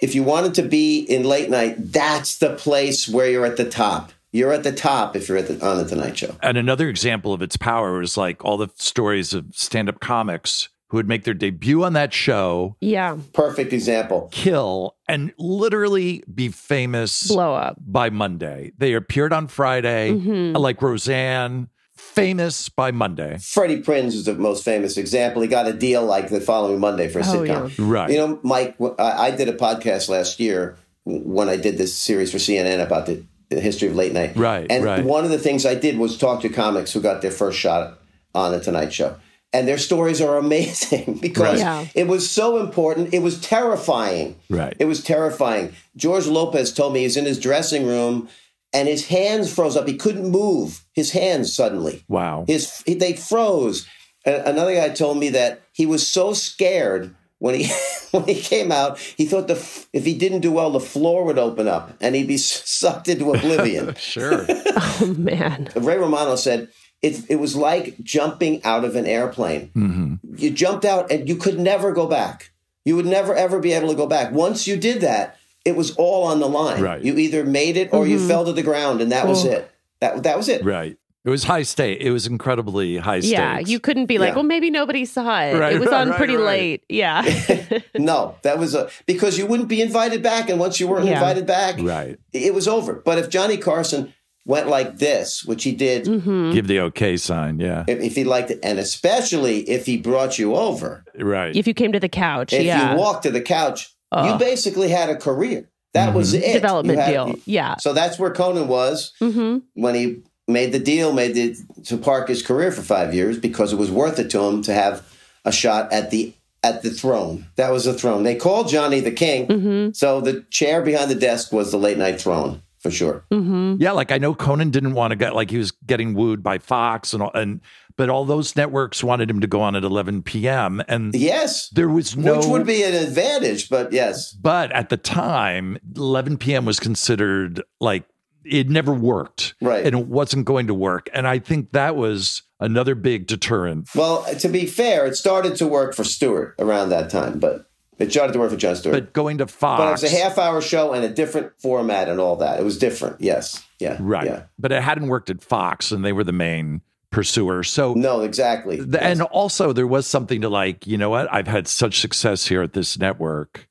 C: if you wanted to be in late night, that's the place where you're at the top. You're at the top if you're at the, on the Tonight Show.
A: And another example of its power is like all the stories of stand up comics who would make their debut on that show,
B: Yeah.
C: Perfect example.
A: kill, and literally be famous
B: Blow up.
A: by Monday. They appeared on Friday, like Roseanne, famous by Monday.
C: Freddie Prinz is the most famous example. He got a deal like the following Monday for a
B: Oh,
C: sitcom.
A: Right.
C: You know, Mike, w- I I did a podcast last year when I did this series for CNN about the, the history of late night.
A: Right,
C: And
A: right.
C: one of the things I did was talk to comics who got their first shot on the Tonight Show. And their stories are amazing
A: Right.
C: because
B: Yeah.
C: it was so important. It was terrifying.
A: Right.
C: It was terrifying. George Lopez told me he's in his dressing room and his hands froze up. He couldn't move his hands suddenly.
A: Wow.
C: His they froze. A- Another guy told me that he was so scared when he when he came out, he thought the f- if he didn't do well, the floor would open up and he'd be s- sucked into oblivion.
A: Sure.
B: Oh, man.
C: Ray Romano said it it was like jumping out of an airplane. You jumped out and you could never go back. You would never ever be able to go back. Once you did that, it was all on the line.
A: Right.
C: You either made it or you fell to the ground, and that was it. That that was it.
A: right. It was high state. It was incredibly high stakes.
D: Yeah, you couldn't be like,
C: Yeah.
D: well, maybe nobody saw it.
A: Right,
D: it was
A: right,
D: on
A: right,
D: pretty
A: right.
D: late. Yeah.
C: No, that was a because you wouldn't be invited back, and once you weren't
D: Yeah.
C: invited back,
A: Right.
C: it was over. But if Johnny Carson went like this, which he did,
D: Mm-hmm.
A: Give the okay sign. Yeah.
C: if, if he liked it, and especially if he brought you over,
A: Right.
D: if you came to the couch,
C: if
D: yeah.
C: you walked to the couch, you basically had a career. That was it.
D: Development
C: You had-
D: deal. Yeah.
C: So that's where Conan was
B: Mm-hmm.
C: when he made the deal, made the to park his career for five years because it was worth it to him to have a shot at the at the throne. That was the throne. They called Johnny the king. So the chair behind the desk was the late night throne for sure.
B: Mm-hmm.
A: Yeah, like I know Conan didn't want to get like he was getting wooed by Fox and all, and but all those networks wanted him to go on at 11 p.m. and
C: Yes.
A: there was no
C: Which would be an advantage, but yes.
A: but at the time 11 p.m. was considered like it never worked
C: Right.
A: and it wasn't going to work and I think that was another big deterrent.
C: Well, to be fair, it started to work for Stewart around that time, but it started to work for John Stewart.
A: But going to Fox,
C: But it was a half hour show and a different format and all that. It was different. Yes. Yeah.
A: right?
C: Yeah.
A: But it hadn't worked at Fox and they were the main pursuer. So
C: No, exactly.
A: The- And also, there was something to like, you know what? I've had such success here at this network.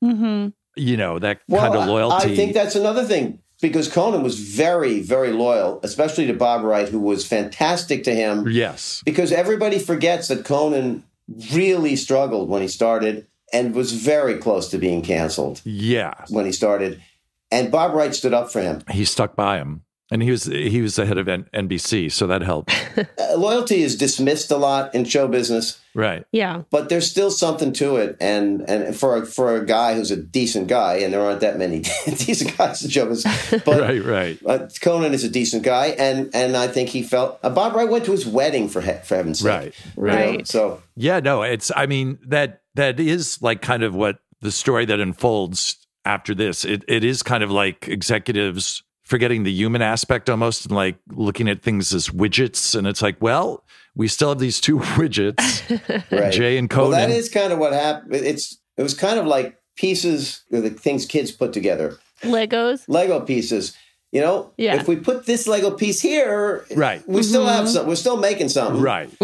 A: You know, that
C: Mm-hmm. well,
A: kind of
C: I-
A: loyalty.
C: I, think that's another thing because Conan was very, very loyal, especially to Bob Wright, who was fantastic to him.
A: yes.
C: Because everybody forgets that Conan really struggled when he started and was very close to being canceled
A: Yeah.
C: when he started. And Bob Wright stood up for him.
A: He stuck by him. And he was he was the head of N- NBC, so that helped.
C: Uh, loyalty is dismissed a lot in show business.
A: right.
B: Yeah.
C: but there's still something to it and and for a, for a guy who's a decent guy and there aren't that many decent guys in show business but
A: Right, right.
C: uh, Conan is a decent guy and and I think he felt uh, Bob Wright went to his wedding for he- for heaven's sake
A: Right.
C: you know?
B: Right.
C: so
A: Yeah, no, it's I mean, that that is like kind of what the story that unfolds after this. It it is kind of like executives forgetting the human aspect almost and like looking at things as widgets and it's like, well, we still have these two widgets.
C: right
A: Jay and
C: well that
A: Conan.
C: is kind of what happened it's it was kind of like pieces or the things kids put together
B: Legos.
C: Lego pieces you know
B: Yeah. Mm-hmm.
C: if we put this Lego piece here
A: Right.
C: we still have some we're still making something
A: Right.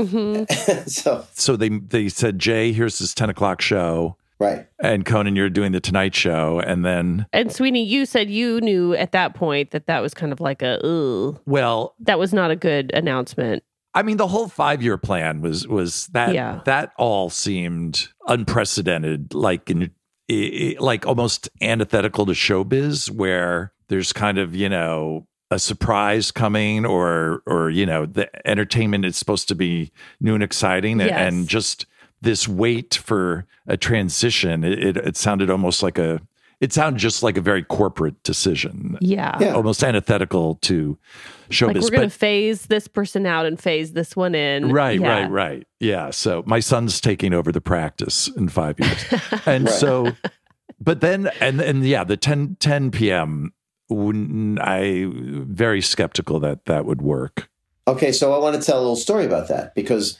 C: so
A: So they they said, Jay, here's this ten o'clock show,
C: right
A: and Conan, you're doing the Tonight Show, and then
D: and Sweeney, you said you knew at that point that that was kind of like a, ooh,
A: well,
D: that was not a good announcement.
A: I mean, the whole five year plan was was that
D: Yeah.
A: that all seemed unprecedented, like in i- i- like almost antithetical to showbiz, where there's kind of you know a surprise coming or or you know the entertainment is supposed to be new and exciting and,
B: Yes.
A: and just this wait for a transition it, it, it sounded almost like a it sounded just like a very corporate decision
D: Yeah.
C: Yeah.
A: almost antithetical to showbiz
D: Like we're
A: but
D: going to phase this person out and phase this one in.
A: Right,
D: Yeah.
A: right, right. Yeah. So my son's taking over the practice in five years. And so, but then, and, and yeah, the 10, 10 p.m. wouldn't I very skeptical that that would work.
C: Okay, so I want to tell a little story about that because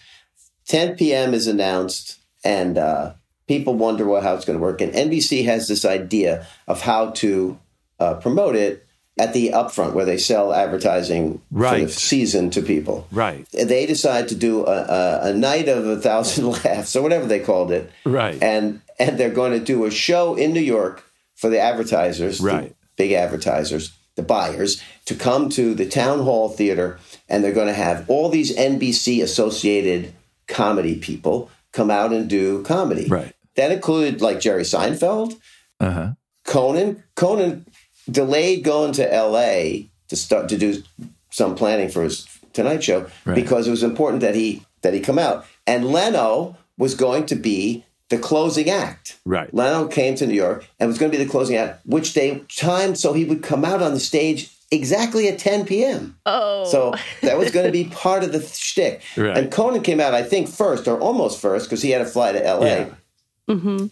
C: 10 p.m. is announced, and uh, people wonder well, how it's going to work. And NBC has this idea of how to uh, promote it at the upfront, where they sell advertising for
A: Right.
C: the season to people.
A: Right.
C: They decide to do a, a, a night of a thousand laughs or whatever they called it,
A: Right.
C: and and they're going to do a show in New York for the advertisers, the
A: Right.
C: big advertisers, the buyers, to come to the town hall theater, and they're going to have all these NBC associated comedy people come out and do comedy.
A: Right.
C: That included like Jerry Seinfeld,
A: Uh-huh.
C: Conan. Conan delayed going to L.A. to start to do some planning for his Tonight Show
A: Right.
C: because it was important that he that he come out. And Leno was going to be the closing act.
A: Right.
C: Leno came to New York and was going to be the closing act, which they timed so he would come out on the stage exactly at 10 p.m.
B: Oh.
C: So that was going to be part of the shtick.
A: Right.
C: And Conan came out, I think, first or almost first because he had to fly to L.A.
A: Yeah.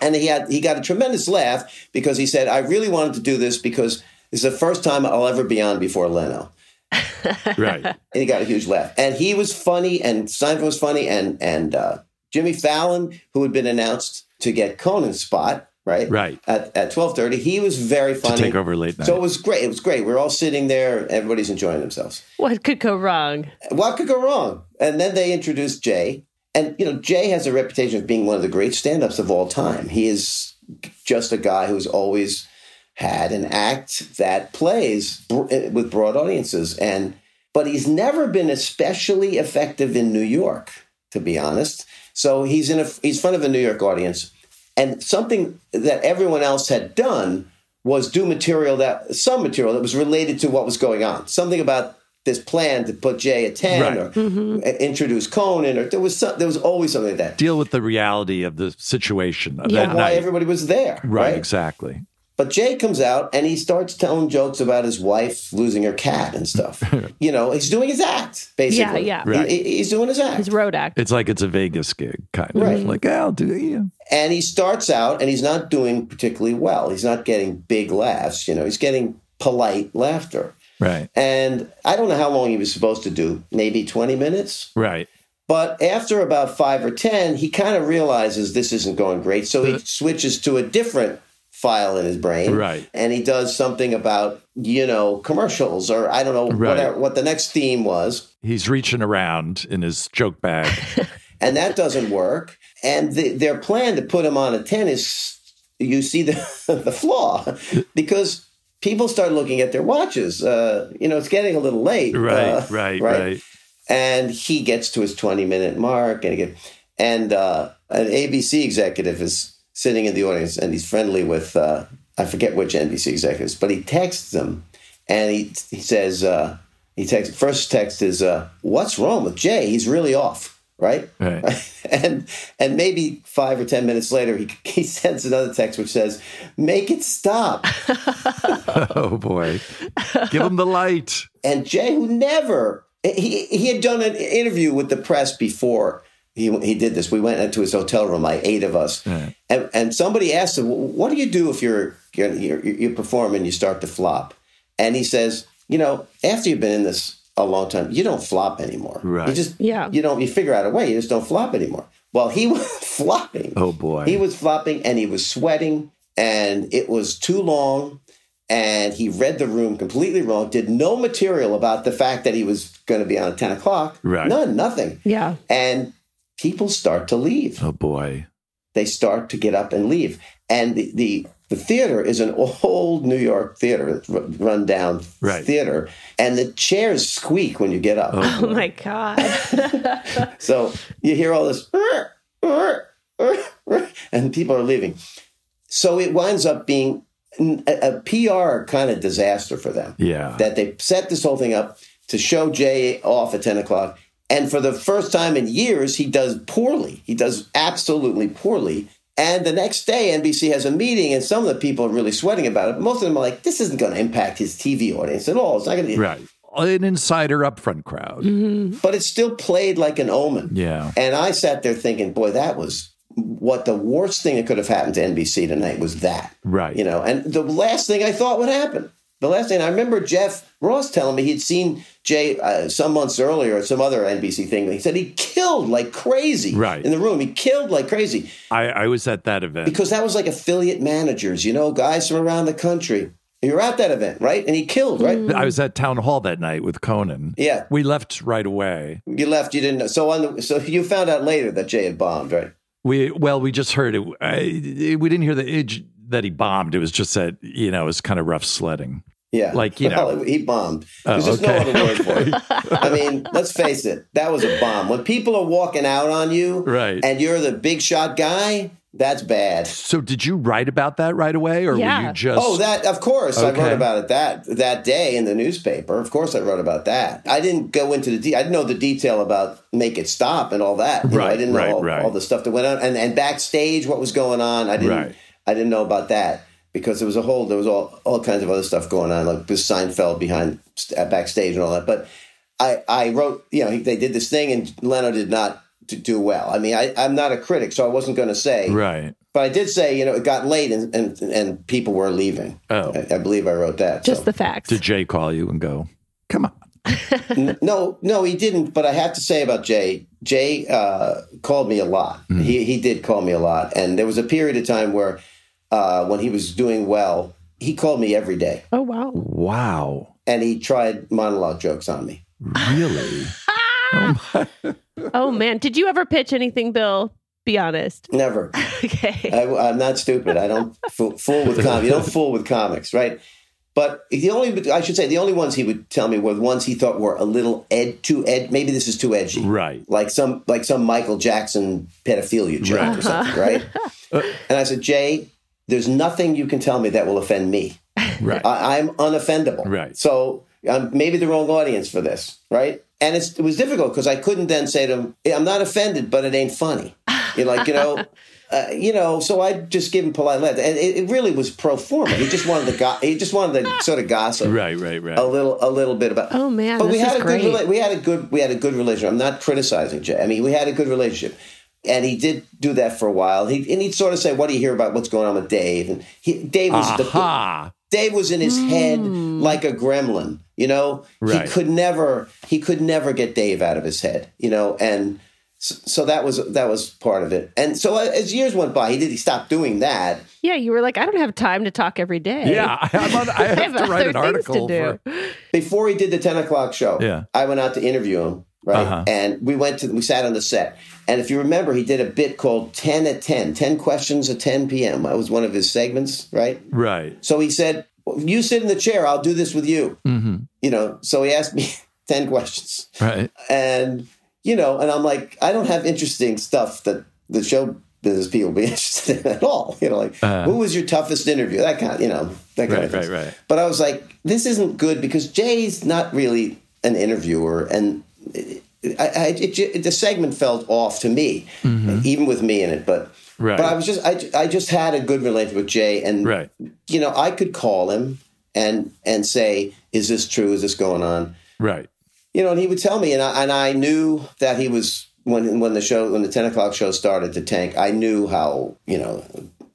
C: And he had he got a tremendous laugh because he said, "I really wanted to do this because it's the first time I'll ever be on before Leno."
A: Right.
C: And he got a huge laugh. And he was funny, and Seinfeld was funny, and and uh, Jimmy Fallon, who had been announced to get Conan's spot, right,
A: Right.
C: at at twelve thirty, he was very funny.
A: take over late night.
C: So it was great. It was great. We're all sitting there. Everybody's enjoying themselves
D: What could go wrong?
C: what could go wrong? And then they introduced Jay. And, you know, Jay has a reputation of being one of the great stand ups of all time. He is just a guy who's always had an act that plays br- eh, with broad audiences. And, but he's never been especially effective in New York, to be honest. So he's in a, he's in front of a New York audience. And something that everyone else had done was do material that some material that was related to what was going on. Something about this plan to put Jay at ten
A: Right.
C: or introduce Conan or there was some, there was always something like that.
A: Deal with the reality of the situation that
C: And why
A: night.
C: everybody was there,
A: right,
C: right?
A: exactly.
C: But Jay comes out and he starts telling jokes about his wife losing her cat and stuff. you know, he's doing his act basically.
B: yeah.
C: He-
A: Right.
C: he- he's doing his act.
B: His road act.
A: It's like it's a Vegas gig kind of
C: Right.
A: like, yeah, I'll do it. Yeah.
C: and he starts out and he's not doing particularly well. He's not getting big laughs, you know, he's getting polite laughter.
A: Right.
C: And I don't know how long he was supposed to do, maybe 20 minutes.
A: Right.
C: But after about five or 10, he kind of realizes this isn't going great. So he switches to a different file in his brain.
A: Right.
C: And he does something about, you know, commercials or I don't know
A: Right.
C: what, what the next theme was.
A: He's reaching around in his joke bag.
C: and that doesn't work. And the, their plan to put him on a tennis, you see the the flaw because people start looking at their watches. Uh, you know, it's getting a little late.
A: right,
C: uh,
A: right, right,
C: And he gets to his twenty minute mark, and again, and uh, an ABC executive is sitting in the audience, and he's friendly with uh, I forget which NBC executives, but he texts them, and he he says. Uh, he texts first text is uh, what's wrong with Jay? He's really off, right?
A: right,
C: and and maybe five or ten minutes later, he, he sends another text which says, "Make it stop."
A: Oh boy, give him the light.
C: and Jay, who never he he had done an interview with the press before he he did this. We went into his hotel room, like eight of us, and and somebody asked him, "What do you do if you're you're, you're you perform and you start to flop?" And he says, "You know, after you've been in this." A long time. You don't flop anymore. You
A: Right.
C: just
B: Yeah.
C: You don't. You figure out a way. You just don't flop anymore. Well, he was flopping.
A: Oh, boy.
C: He was flopping and he was sweating and it was too long and he read the room completely wrong did no material about the fact that he was going to be on at 10 o'clock
A: Right.
C: none nothing
B: Yeah.
C: and people start to leave
A: Oh boy,
C: they start to get up and leave and the, the the theater is an old New York theater, r- run down
A: Right.
C: theater, and the chairs squeak when you get up.
B: Oh my God.
C: So you hear all this, "Rrr, rrr, rrr, rrr," and people are leaving. So it winds up being n- a, a PR kind of disaster for them.
A: yeah,
C: That they set this whole thing up to show Jay off at 10 o'clock. And for the first time in years, he does poorly. He does absolutely poorly. And the next day, NBC has a meeting, and some of the people are really sweating about it. Most of them are like, this isn't going to impact his TV audience at all. It's not going to.
A: right. An insider upfront crowd.
B: Mm-hmm.
C: But it's still played like an omen.
A: Yeah,
C: And I sat there thinking, boy, that was what the worst thing that could have happened to NBC tonight was that.
A: Right.
C: You know, and the last thing I thought would happen. the last thing I remember Jeff Ross telling me he'd seen Jay uh, some months earlier at some other NBC thing. He said he killed like crazy
A: Right.
C: in the room. He killed like crazy
A: I, I was at that event.
C: because that was like affiliate managers, you know, guys from around the country. You were at that event, right? And he killed, right?
A: I was at town hall that night with Conan.
C: Yeah.
A: We left right away.
C: You left. You didn't know. So on. The, so you found out later that Jay had bombed, right?
A: We well, we just heard it. I, it- we didn't hear the it, that he bombed. It was just that you know it was kind of rough sledding.
C: Yeah.
A: Like, you
C: Well,
A: know.
C: he bombed.
A: Oh,
C: There's just
A: okay.
C: no other word for it. I mean, let's face it, that was a bomb. When people are walking out on you,
A: Right.
C: and you're the big shot guy, that's bad.
A: So did you write about that right away, or were
B: Yeah.
A: you just?
C: Oh, that of course I
A: Okay.
C: wrote about it that that day in the newspaper. Of course I wrote about that. I didn't go into the de- I didn't know the detail about make it stop and all that. You know, I
A: Right,
C: didn't know
A: right,
C: all,
A: right.
C: all the stuff that went on and, and backstage what was going on. I didn't
A: Right.
C: I didn't know about that because there was a whole there was all all kinds of other stuff going on like with Seinfeld behind st- backstage and all that. But I I wrote you know they did this thing and Leno did not d- do well. I mean I I'm not a critic so I wasn't going to say
A: right.
C: but I did say, you know, it got late and and, and people were leaving.
A: Oh.
C: I, I believe I wrote that.
B: Just
C: so.
B: the facts.
A: Did Jay call you and go? Come on.
C: no, no, he didn't. But I have to say about Jay. Jay uh, called me a lot. He he did call me a lot, and there was a period of time where uh, when he was doing well, he called me every day,
B: oh wow.
A: Wow.
C: and he tried monologue jokes on me.
A: Really?
B: Oh man, did you ever pitch anything, Bill? Be honest.
C: Never.
B: Okay.
C: I, I'm not stupid. I don't fool, fool with com- you don't fool with comics, right? But the only I should say the only ones he would tell me were the ones he thought were a little ed too ed maybe this is too edgy,
A: Right.
C: Like some like some Michael Jackson pedophilia joke or something, right? and I said, Jay, there's nothing you can tell me that will offend me.
A: right.
B: Uh,
C: I, I'm unoffendable.
A: Right.
C: So I'm maybe the wrong audience for this, right? And it's, it was difficult because I couldn't then say to him, "Yeah, "I'm not offended, but it ain't funny." You're like, you know, uh, you know. So I just give him polite laughter, and it, it really was pro forma. He just wanted to, go- he just wanted to sort of gossip
A: right. Right. Right.
C: a little a little bit about.
B: Oh, man,
C: But we
B: this
C: had
B: is
C: a good
B: great.
C: rela- we had a good we had a good relationship. I'm not criticizing Jay. I mean, we had a good relationship, and he did do that for a while. He and he'd sort of say, "What do you hear about what's going on with Dave?" And he, Dave was the
A: Aha.
C: Dave was in his head
B: Hmm.
C: like a gremlin. You know,
A: Right.
C: he could never he could never get Dave out of his head. You know, and so, so that was that was part of it. And so uh, as years went by, he did he stopped doing that.
B: Yeah, you were like, I don't have time to talk every day.
A: Yeah. I, I'm on, I have
B: have
A: to write
B: other
A: an
B: things to
A: article.
B: do.
A: for-
C: Before he did the ten o'clock show,
A: Yeah.
C: I went out to interview him. Right.
A: Uh-huh.
C: And we went to, we sat on the set. And if you remember, he did a bit called 10 at 10, 10 questions at 10 p.m. That was one of his segments, right?
A: right.
C: So he said, "Well, You sit in the chair, I'll do this with you.
A: Mm-hmm.
C: You know, so he asked me 10 questions.
A: Right.
C: And, you know, and I'm like, I don't have interesting stuff that the show business people be interested in at all. You know, like, who was your toughest interview? That kind of, you know, that kind of
A: Uh-huh. Right,
C: thing.
A: right, right.
C: But I was like, this isn't good because Jay's not really an interviewer. And it, I, I, it, it, the segment felt off to me, even with me in it. But,
A: Mm-hmm. Right.
C: but I was just, I, I just had a good relationship with Jay. And,
A: Right.
C: you know, I could call him and and say, "Is this true? Is this going on?"
A: Right.
C: You know, and he would tell me, and I and I knew that he was when when the show when the ten o'clock show started to tank. I knew how you know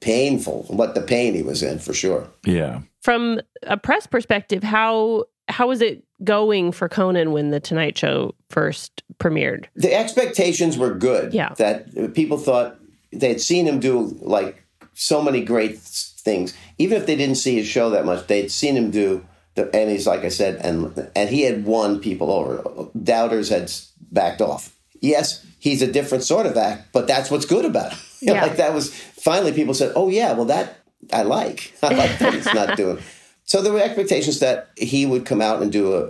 C: painful what the pain he was in for sure.
A: Yeah.
B: From a press perspective, how how was it going for Conan when the Tonight Show first premiered?
C: The expectations were good.
B: Yeah.
C: that people thought they had seen him do like so many great things, even if they didn't see his show that much. They'd seen him do. The Emmys, like I said, and and he had won people over. Doubters had backed off. yes, he's a different sort of act, but that's what's good about him. You know,
B: Yeah.
C: Like that was finally people said, oh yeah, well that I like. I like that he's not doing. So there were expectations that he would come out and do a,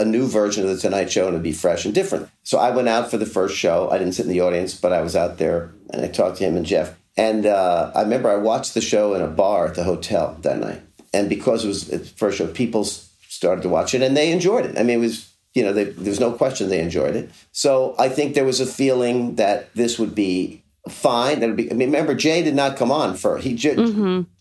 C: a new version of the Tonight Show and it'd be fresh and different. So I went out for the first show. I didn't sit in the audience, but I was out there and I talked to him and Jeff. And uh, I remember I watched the show in a bar at the hotel that night. And because it was the first show, people s- started to watch it and they enjoyed it. I mean, it was you know, they, there's no question they enjoyed it. So I think there was a feeling that this would be fine. That would be. I mean, remember, Jay did not come on for he. J-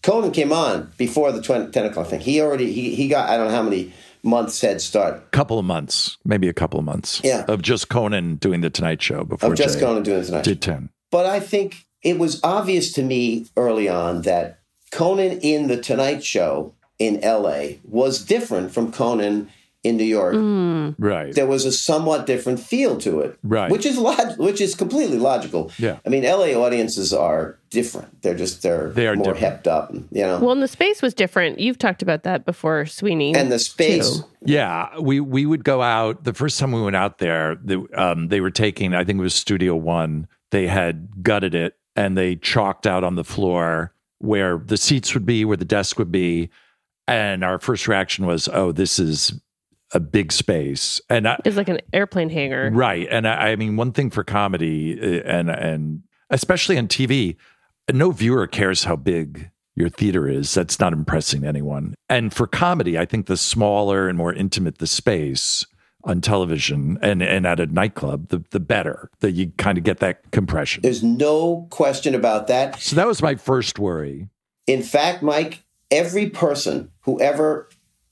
C: Conan came on before the 20, ten o'clock thing. He already he he got I don't know how many months head start
A: Couple of months, maybe a couple of months.
C: Yeah.
A: Of just Conan doing the Tonight Show before
C: of just
A: Jay
C: Conan doing it tonight.
A: did ten.
C: But I think it was obvious to me early on that Conan in The Tonight Show in LA was different from Conan in New York.
A: Right.
C: There was a somewhat different feel to it,
A: Right.
C: Which is log- which is completely logical.
A: Yeah.
C: I mean, LA audiences are different. They're just they're
A: They are
C: more
A: different.
C: hepped up, you know.
D: Well, and the space was different. You've talked about that before, Sweeney.
C: and the space,
D: too.
A: Yeah, we we would go out. The first time we went out there, the, um, they were taking. I think it was Studio One. They had gutted it and they chalked out on the floor where the seats would be, where the desk would be. And our first reaction was, "Oh, this is a big space." And I,
D: It's like an airplane hangar.
A: Right, and I, I mean, one thing for comedy, uh, and and especially on TV, no viewer cares how big your theater is. That's not impressing anyone. And for comedy, I think the smaller and more intimate the space on television and and at a nightclub, the the better that you kind of get that compression.
C: there's no question about that.
A: So that was my first worry.
C: In fact, Mike, every person who ever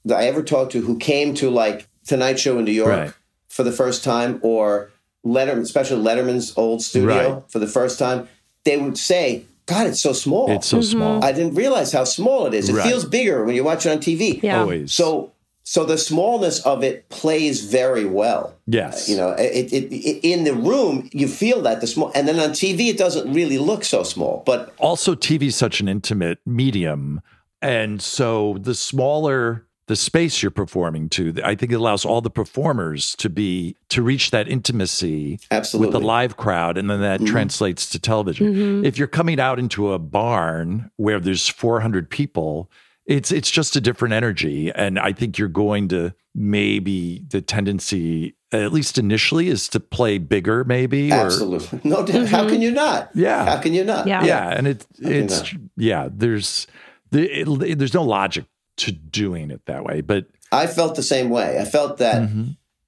C: that I ever talked to who came to like Tonight Show in New York
A: Right.
C: for the first time or Letterman, special Letterman's old studio
A: Right.
C: for the first time, they would say, "God, it's so small."
A: It's so
D: Mm-hmm.
A: small.
C: I didn't realize how small it is. It
A: Right.
C: feels bigger when you watch it on TV.
D: Yeah.
A: Always.
C: So uh, so the smallness of it plays very well.
A: yes,
C: You know, it, it, it in the room you feel that the small, and then on TV it doesn't really look so small. But
A: also TV is such an intimate medium, and so the smaller the space you're performing to, I think it allows all the performers to be to reach that intimacy
C: Absolutely. Mm-hmm.
A: with the live crowd, and then that translates to television. If you're coming out into a barn where there's 400 people. It's it's just a different energy, and I think you're going to maybe the tendency, at least initially, is to play bigger, maybe or
C: absolutely, no doubt. How can you not?
A: Yeah.
C: How can you not?
D: Mm-hmm. Yeah.
A: yeah and it
C: that.
A: it's yeah there's the, it, there's no logic to doing it that way but
C: I felt the same way. I felt that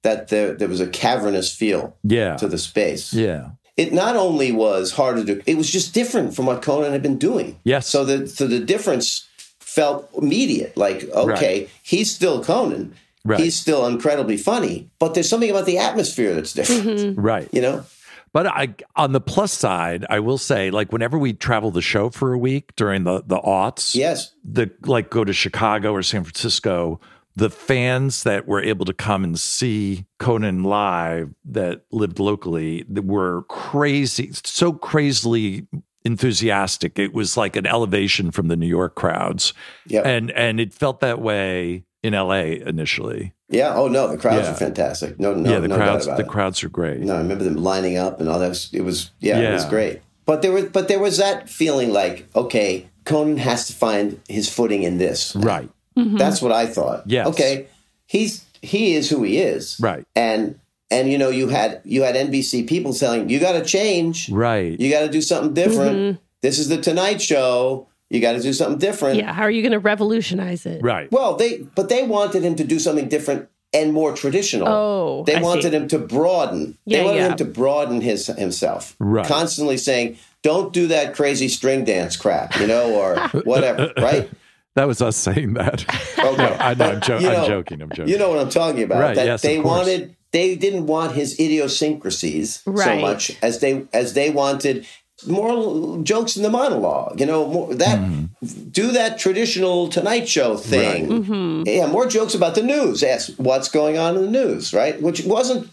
C: that there there was a cavernous feel
A: Mm-hmm. yeah
C: to the space.
A: yeah
C: It not only was harder to, it was just different from what Conan had been doing.
A: Yes.
C: So the so the difference felt immediate. Like okay, he's still Conan.
A: Right.
C: He's still incredibly funny, but there's something about the atmosphere that's different.
A: right
C: You know,
A: but i on the plus side i will say like whenever we travel the show for a week during the the aughts
C: yes,
A: the like go to Chicago or San Francisco, the fans that were able to come and see Conan live that lived locally that were crazy, so crazily enthusiastic. It was like an elevation from the New York crowds,
C: Yep.
A: and and it felt that way in L.A. initially.
C: yeah. Oh no, the crowds
A: Yeah.
C: are fantastic. No, no,
A: yeah, the
C: no
A: crowds
C: doubt about
A: the
C: it.
A: crowds are great.
C: No, I remember them lining up and all that. was- It was yeah, it was
A: Yeah.
C: great. But there was but there was that feeling like okay, Conan has to find his footing in this.
A: Right,
D: Mm-hmm.
C: That's what I thought.
A: Yes.
C: Okay, he's he is who he is.
A: Right.
C: And and you know you had you had NBC people saying you got to change.
A: right.
C: You got to do something different.
D: Mm-hmm.
C: This is the Tonight Show. You got to do something different.
D: Yeah. How are you going to revolutionize it?
A: Right.
C: Well, they but they wanted him to do something different and more traditional.
D: Oh,
C: they
D: I
C: wanted
D: see.
C: him to broaden. they
D: Yeah,
C: wanted
D: yeah.
C: him to broaden his himself.
A: Right.
C: Constantly saying, "Don't do that crazy string dance crap," you know, or whatever. right?
A: That was us saying that.
C: Okay.
A: no, I know. I'm, jo-
C: You know-
A: I'm joking. I'm joking.
C: You know what I'm talking about?
A: Right,
C: That
A: yes,
C: they
A: of course.
C: wanted. They didn't want his idiosyncrasies so
D: Right.
C: much as they as they wanted more l- jokes in the monologue. You know, more, that
A: Mm-hmm.
C: do that traditional Tonight Show thing. Yeah, more jokes about the news. Ask what's going on in the news, right? Which wasn't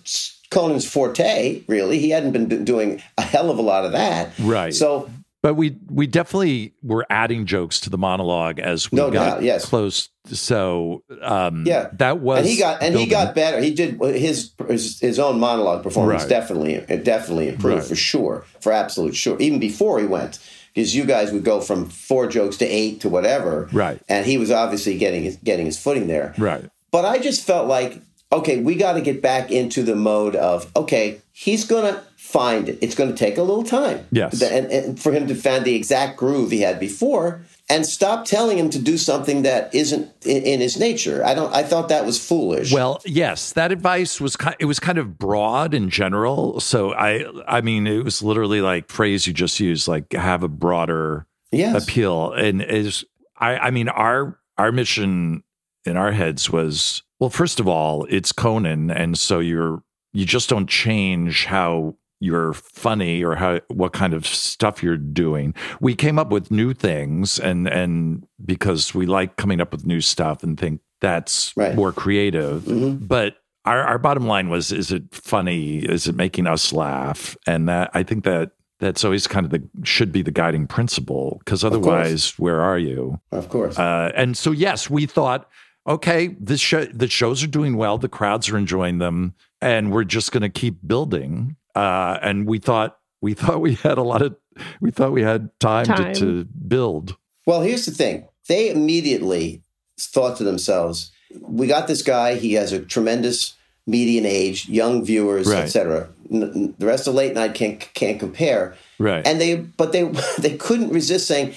C: Conan's forte, really. He hadn't been do- doing a hell of a lot of that.
A: Right.
C: So
A: But we we definitely were adding jokes to the monologue as we
C: No
A: got
C: doubt, yes.
A: close. So um,
C: Yeah.
A: that was
C: and he got and he
A: building.
C: got better. He did his his, his own monologue performance
A: Right.
C: definitely it definitely improved
A: Right.
C: for sure, for absolute sure. Even before he went, because you guys would go from four jokes to eight to whatever,
A: Right.
C: And he was obviously getting his, getting his footing there,
A: right.
C: But I just felt like okay, we got to get back into the mode of okay, he's gonna find it. It's gonna take a little time,
A: Yes.
C: and, and for him to find the exact groove he had before and stop telling him to do something that isn't in, in his nature i don't i thought that was foolish
A: Well, yes, that advice was kind, it was kind of broad and general. So I I mean it was literally like phrase you just used like have a broader
C: yes
A: appeal and is I I mean our our mission in our heads was well first of all it's Conan and so you're you just don't change how you're funny or how what kind of stuff you're doing. We came up with new things and and because we like coming up with new stuff and think that's
C: Right.
A: more creative.
C: Mhm.
A: But our, our bottom line was is it funny? Is it making us laugh? And that I think that that's always kind of the should be the guiding principle because
C: course.
A: otherwise where are you?
C: Of course.
A: Uh, and so, yes, we thought, okay, this show, the shows are doing well, the crowds are enjoying them, and we're just going to keep building. Uh, and we thought, we thought we had a lot of, we thought we had time,
B: Time.
A: To, to build.
C: Well, here's the thing. They immediately thought to themselves, we got this guy, he has a tremendous median age, young viewers,
A: Right.
C: etc. N- n- The rest of late night can't can't compare.
A: Right.
C: And they but they they couldn't resist saying,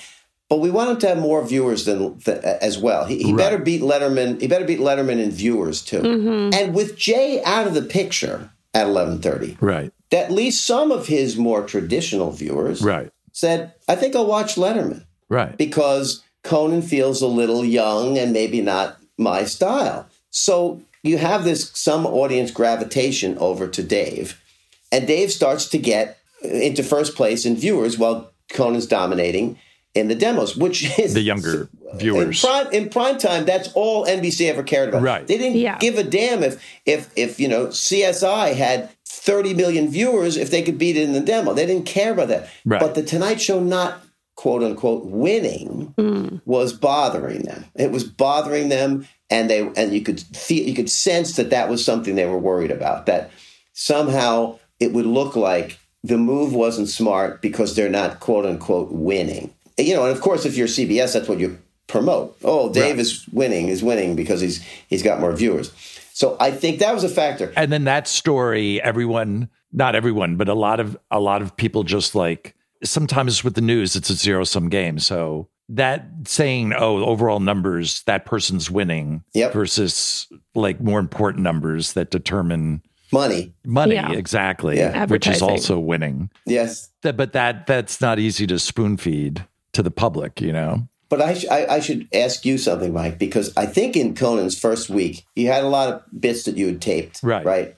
C: but we want him to have more viewers than th- as well. He, he
A: Right.
C: better beat Letterman, he better beat Letterman in viewers too. And with Jay out of the picture at 11:30,
A: right.
C: at least some of his more traditional viewers
A: Right.
C: said, "I think I'll watch Letterman."
A: Right.
C: because Conan feels a little young and maybe not my style. So you have this some audience gravitation over to Dave, and Dave starts to get into first place in viewers while Conan's dominating in the demos, which is
A: The younger
C: in
A: viewers.
C: prime in prime time. That's all NBC ever cared about.
A: Right.
C: They didn't
B: Yeah.
C: give a damn if if if you know CSI had. 30 million viewers if they could beat it in the demo. They didn't care about that.
A: Right.
C: But the Tonight Show not quote unquote winning was bothering them. It was bothering them, and they and you could feel you could sense that that was something they were worried about. That somehow it would look like the move wasn't smart because they're not quote unquote winning. You know, and of course, if you're CBS, that's what you promote. Oh, Dave is winning, is winning because he's he's got more viewers. So I think that was a factor.
A: and then that story everyone not everyone but a lot of a lot of people just like sometimes with the news it's a zero sum game so that saying oh overall numbers that person's winning
C: Yep.
A: versus like more important numbers that determine
C: Money,
A: money
B: Yeah.
A: exactly
C: Yeah.
A: which is
B: Advertising.
A: also winning
C: yes.
A: That- but that that's not easy to spoon feed to the public you know
C: But I, sh- I, I should ask you something, Mike, because I think in Conan's first week, you had a lot of bits that you had taped.
A: Right.
C: Right.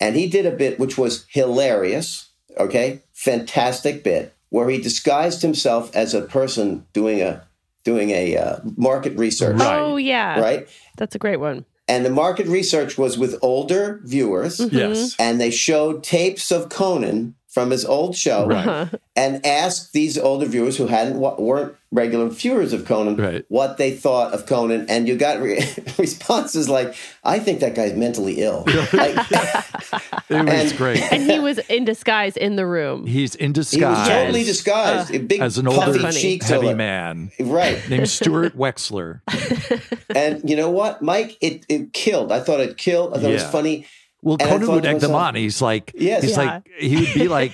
C: And he did a bit which was hilarious, okay? Fantastic bit where he disguised himself as a person doing a doing a uh, market research,
A: Right.
B: Oh yeah,
C: right?
D: That's a great one.
C: And the market research was with older viewers
B: Mm-hmm.
A: yes
C: and they showed tapes of Conan from his old show
A: Right. Uh-huh.
C: and asked these older viewers who hadn't wa- weren't regular viewers of Conan
A: Right.
C: what they thought of Conan, and you got re- responses like, "I think that guy's mentally ill." like,
A: it was
C: And-
A: great
B: and he was in disguise in the room.
A: he's in
C: he was
A: disguise
C: totally disguised, big
A: as an
C: puffy
A: older
C: cheeks,
A: heavy
C: all-
A: man
C: right?
A: named Stuart Wexler.
C: And you know what, Mike? It it killed. I thought it killed. I thought it was
A: Yeah.
C: funny.
A: Well,
C: And I
A: Conan
C: thought
A: would
C: to
A: egg them on.
C: myself-
A: He's like,
C: Yes.
A: he's
C: Yeah.
A: like, he would be like,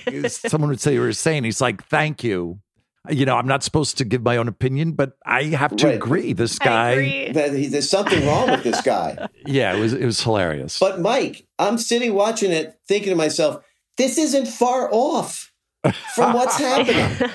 A: someone would say you were saying, he's like, thank you. You know, I'm not supposed to give my own opinion, but I have to
C: Right.
A: agree. This guy,
C: That he, there's something wrong with this guy.
A: yeah, it was it was hilarious.
C: But Mike, I'm sitting watching it, thinking to myself, this isn't far off from what's happening.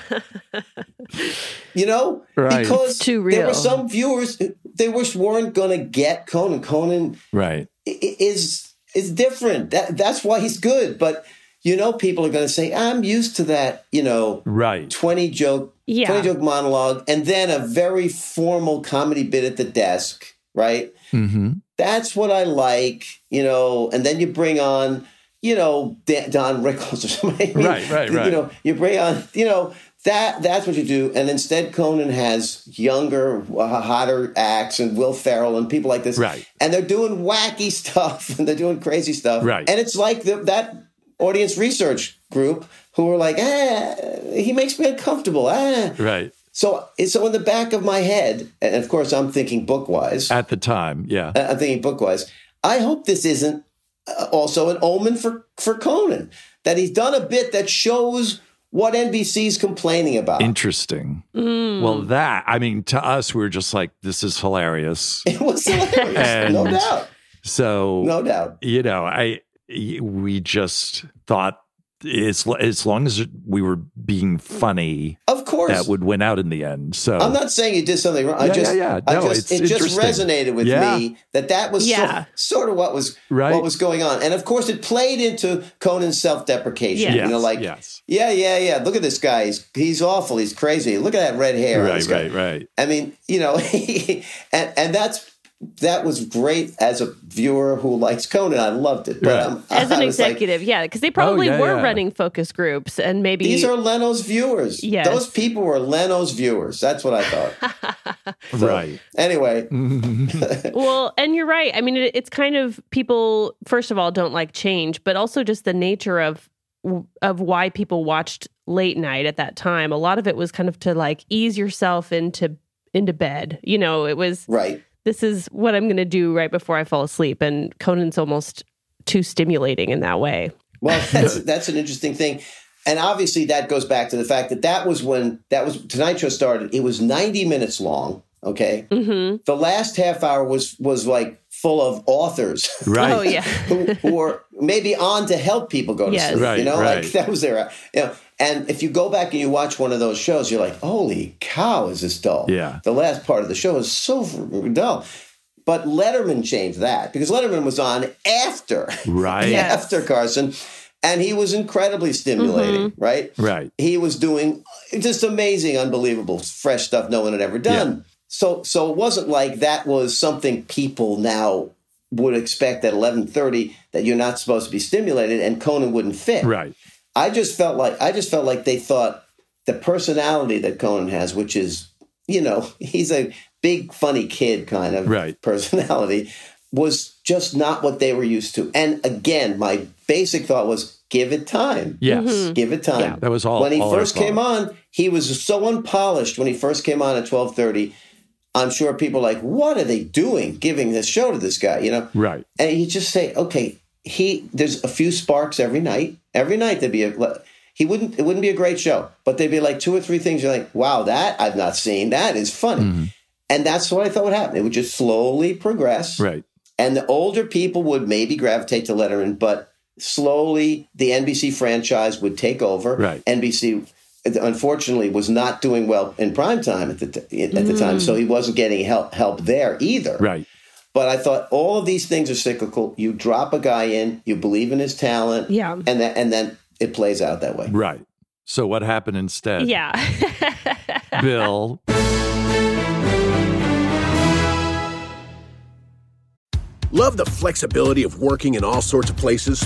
C: you know,
A: Right.
C: because
B: It's too
C: there were
B: real.
C: some viewers they just weren't going to get Conan. Conan
A: right,
C: i- i- is is different. That that's why he's good. But you know, people are going to say, I'm used to that. You know,
A: right,
C: 20 joke
B: Yeah.
C: 20 joke monologue and then a very formal comedy bit at the desk right
A: hmm
C: that's what i like you know and then you bring on you know Dan, don rickles or somebody
A: Right, right,
C: you
A: right.
C: know you bring on you know that that's what you do and instead conan has younger uh, hotter acts and will ferrell and people like this
A: Right.
C: and they're doing wacky stuff and they're doing crazy stuff
A: Right.
C: and it's like the, that audience research group who were like ah he makes me uncomfortable ah
A: right.
C: so, so in the back of my head, and of course, I'm thinking bookwise.
A: At the time, yeah,
C: I- I'm thinking bookwise. I hope this isn't uh, also an omen for for Conan that he's done a bit that shows what NBC's complaining about.
A: interesting. Well, that I mean, to us, we were just like, this is hilarious.
C: it was hilarious, no
A: And-
C: doubt,
A: So
C: no doubt.
A: you know, I we just thought as as long as we were being funny,
C: Of course.
A: that would win out in the end. So
C: I'm not saying you did something wrong. I
A: Oh. Yeah,
C: just,
A: yeah, yeah.
C: I
A: No,
C: just
A: it's
C: it just
A: interesting.
C: resonated with
A: Yeah.
C: me that that was
B: Yeah.
C: sort, sort of what was
A: Right.
C: what was going on, and of course it played into Conan's self-deprecation.
B: Yes.
C: You know, like
A: yes,
C: yeah, yeah, yeah. Look at this guy. He's he's awful. He's crazy. Look at that red hair. on
A: right,
C: this guy.
A: right, right.
C: I mean, you know, and and that's that was great as a viewer who likes Conan. I loved it. But
A: Right.
C: um,
D: As an
C: I was like,
D: executive, yeah, because they probably
A: Oh, yeah,
D: were
A: yeah.
D: running focus groups and maybe
C: these are Leno's viewers.
D: Yes.
C: Those people were Leno's viewers. That's what I thought. So,
A: Right.
C: Anyway,
D: Well, and you're right. I mean, it, it's kind of people. First of all, don't like change, but also just the nature of of why people watched late night at that time. A lot of it was kind of to like ease yourself into into bed. You know, it was
C: right.
D: this is what I'm going to do right before I fall asleep, and Conan's almost too stimulating in that way.
C: Well, that's that's an interesting thing, and obviously that goes back to the fact that that was when that was Tonight Show started. It was ninety minutes long. Okay,
D: Mm-hmm.
C: the last half hour was was like full of authors
A: Right.
D: Oh yeah,
C: who, who were maybe on to help people go to
D: Yes.
C: sleep. you
A: Right,
C: know, like
A: right.
C: that was their. You know, and if you go back and you watch one of those shows, you're like, "Holy cow, is this dull?"
A: Yeah.
C: the last part of the show is so dull. But Letterman changed that because Letterman was on after
A: Right.
D: Yes.
C: after Carson, and he was incredibly stimulating, right?
A: Right.
C: He was doing just amazing, unbelievable, fresh stuff no one had ever done. So, so it wasn't like that was something people now would expect at eleven thirty that you're not supposed to be stimulated, and Conan wouldn't fit.
A: Right.
C: I just felt like I just felt like they thought the personality that Conan has, which is you know he's a big funny kid kind of
A: Right.
C: personality, was just not what they were used to. And again, my basic thought was give it time.
A: Yes.
C: Give it time.
A: that was all-
C: When he
A: all I
C: first
A: thought.
C: came on, he was so unpolished. When he first came on at twelve thirty, I'm sure people were like, what are they doing, giving this show to this guy? You know,
A: Right.
C: and you just say, okay, he there's a few sparks every night. Every night there'd be a he wouldn't it wouldn't be a great show, but there'd be like two or three things you're like, wow, that I've not seen. That is funny.
A: Mm-hmm.
C: And that's what I thought would happen. It would just slowly progress.
A: Right.
C: And the older people would maybe gravitate to Letterman, but slowly the NBC franchise would take over.
A: Right.
C: NBC unfortunately was not doing well in prime time at the t- at the time, so
A: Mm.
C: he wasn't getting help help there either.
A: Right.
C: But I thought all of these things are cyclical. You drop a guy in, you believe in his talent,
D: Yeah.
C: and then and then it plays out that way.
A: Right. So what happened instead?
D: yeah.
A: Bill.
E: Love the flexibility of working in all sorts of places?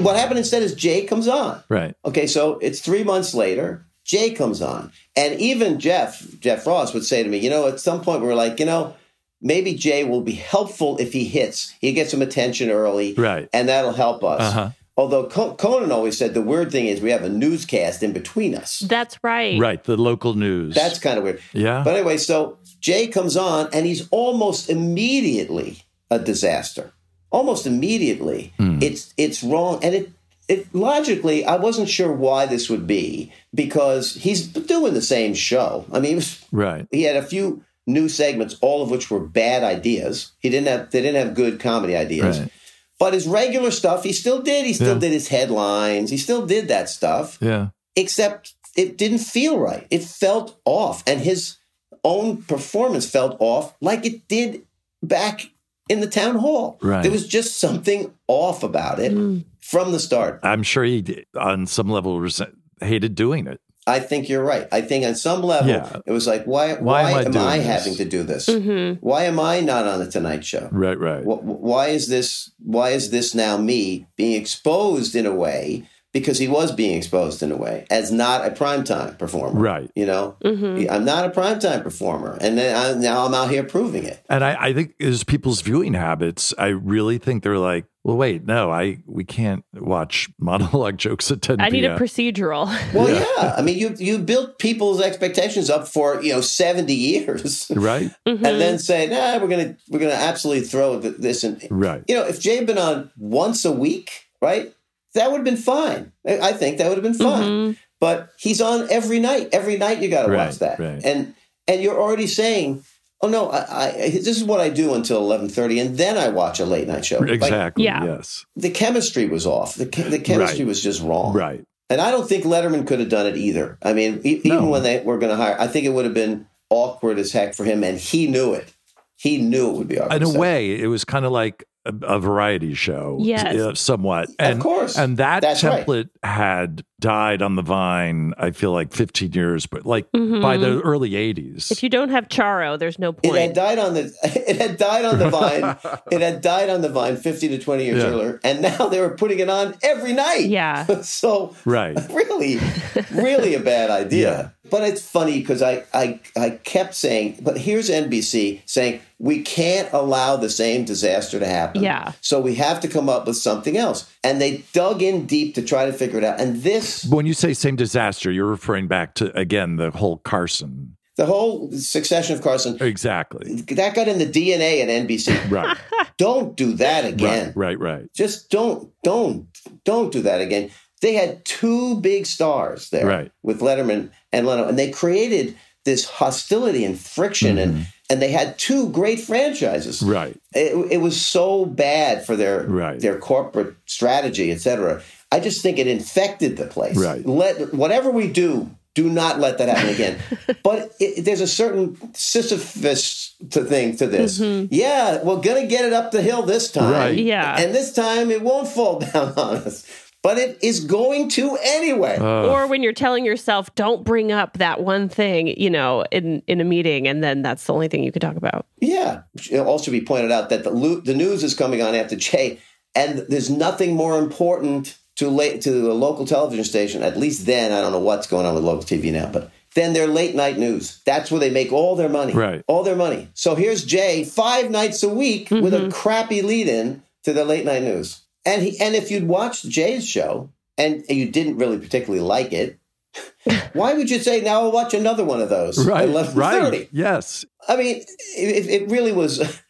C: What happened instead is Jay comes on.
A: Right.
C: Okay, so it's three months later. Jay comes on, and even Jeff Jeff Ross would say to me, you know, at some point we were like, you know, maybe Jay will be helpful if he hits. He gets some attention early,
A: Right.
C: And that'll help us.
A: Uh-huh.
C: Although Co- Conan always said the weird thing is we have a newscast in between us.
D: That's right.
A: Right. The local news.
C: That's kind of weird.
A: yeah.
C: But anyway, so Jay comes on and he's almost immediately a disaster. Almost immediately.
A: Hmm.
C: It's it's wrong and it it logically I wasn't sure why this would be because he's doing the same show. I mean, he was
A: right.
C: he had a few new segments, all of which were bad ideas. He didn't have they didn't have good comedy ideas.
A: Right.
C: But his regular stuff, he still did. He still
A: Yeah.
C: did his headlines. He still did that stuff
A: Yeah.
C: except it didn't feel right. It felt off, and his own performance felt off, like it did back in the town hall.
A: Right.
C: There was just something off about it from the start.
A: I'm sure he, did- on some level, resent, hated doing it.
C: I think you're right. I think on some level,
A: Yeah.
C: it was like,
A: Why
C: why? Why,
A: am I
C: am
A: doing
C: I,
A: this?
C: having to do this?
D: Mhm.
C: Why am I not on the Tonight Show?
A: Right. Right.
C: Wh- wh- Why is this? Why is this now me being exposed in a way? because he was being exposed in a way as not a primetime performer.
A: Right.
C: You know, I'm not a primetime performer. And then I, now I'm out here proving it.
A: And I, I think as people's viewing habits, I really think they're like, well, wait, no, I we can't watch monologue jokes at 10
D: I need
A: p.m.
D: a procedural.
C: Well, yeah. I mean, you you built people's expectations up for you know seventy years,
A: right?
B: Mm-hmm.
C: and then say, nah, we're gonna we're gonna absolutely throw th- this in.
A: Right.
C: You know, if Jay had been on once a week, right, that would have been fine. I I think that would have
D: Mm-hmm.
C: been fine.
B: Mm-hmm.
C: But he's on every night. Every night you got to
A: Right,
C: watch that,
A: right.
C: and and you're already saying, oh no, I, I this is what I do until eleven thirty, and then I watch a late night show. Like,
A: Exactly.
B: Yeah.
A: Yes.
C: the chemistry was off. The, che- the chemistry
A: Right.
C: was just wrong.
A: Right.
C: And I don't think Letterman could have done it either. I mean, e- even
A: No.
C: when they were going to hire, I think it would have been awkward as heck for him, and he knew it. He knew it would be awkward.
A: In a
C: as heck.
A: way, it was kind of like a, a variety show.
D: Yes.
A: uh, somewhat. And,
C: course.
A: And that
C: That's right.
A: template had died on the vine, I feel like 15 years, but like by the early 80s.
D: Mm-hmm. if you don't have Charo, there's no
C: it had
D: point.
C: died on the it had died on the vine. it had died on the vine fifty to twenty years
A: Yeah.
C: earlier, and now they were putting it on every night.
D: Yeah.
C: so
A: right.
C: really, really a bad idea. But it's funny because I, I I kept saying, but here's NBC saying we can't allow the same disaster to happen.
D: Yeah.
C: So we have to come up with something else. And they dug in deep to try to figure it out. And this
A: When you say same disaster, you're referring back to, again, the whole Carson.
C: the whole succession of Carson
A: Exactly.
C: that got in the DNA at NBC.
A: Right.
C: don't do that again.
A: right. Right. Right.
C: just don't don't don't do that again they had two big stars there
A: Right.
C: with letterman and leno and they created this hostility and friction and and they had two great franchises
A: Mm-hmm. Right.
C: it, it was so bad for their
A: Right.
C: their corporate strategy etc i just think it infected the place
A: Right.
C: let whatever we do do not let that happen again but it, there's a certain sisyphus to thing to this yeah we're gonna get it up the hill this time
A: Mm-hmm. Right.
D: Yeah.
C: and this time it won't fall down on us, but it is going to anyway.
D: or when you're telling yourself, don't bring up that one thing, you know, in, in a meeting, and then that's the only thing you can talk about.
C: yeah. It'll also be pointed out that the, lo- the news is coming on after Jay, and there's nothing more important to late to the local television station. At least then, I don't know what's going on with local TV now, but then their late night news. That's where they make all their money.
A: Right.
C: All their money. So here's Jay five nights a week with
A: Mm-hmm.
C: a crappy lead in to the late night news. And he, and if you'd watched Jay's show and you didn't really particularly like it, why would you say now I'll watch another one of those? at
A: Right.
C: 11:30?"
A: Right. Yes.
C: I mean, it, it really was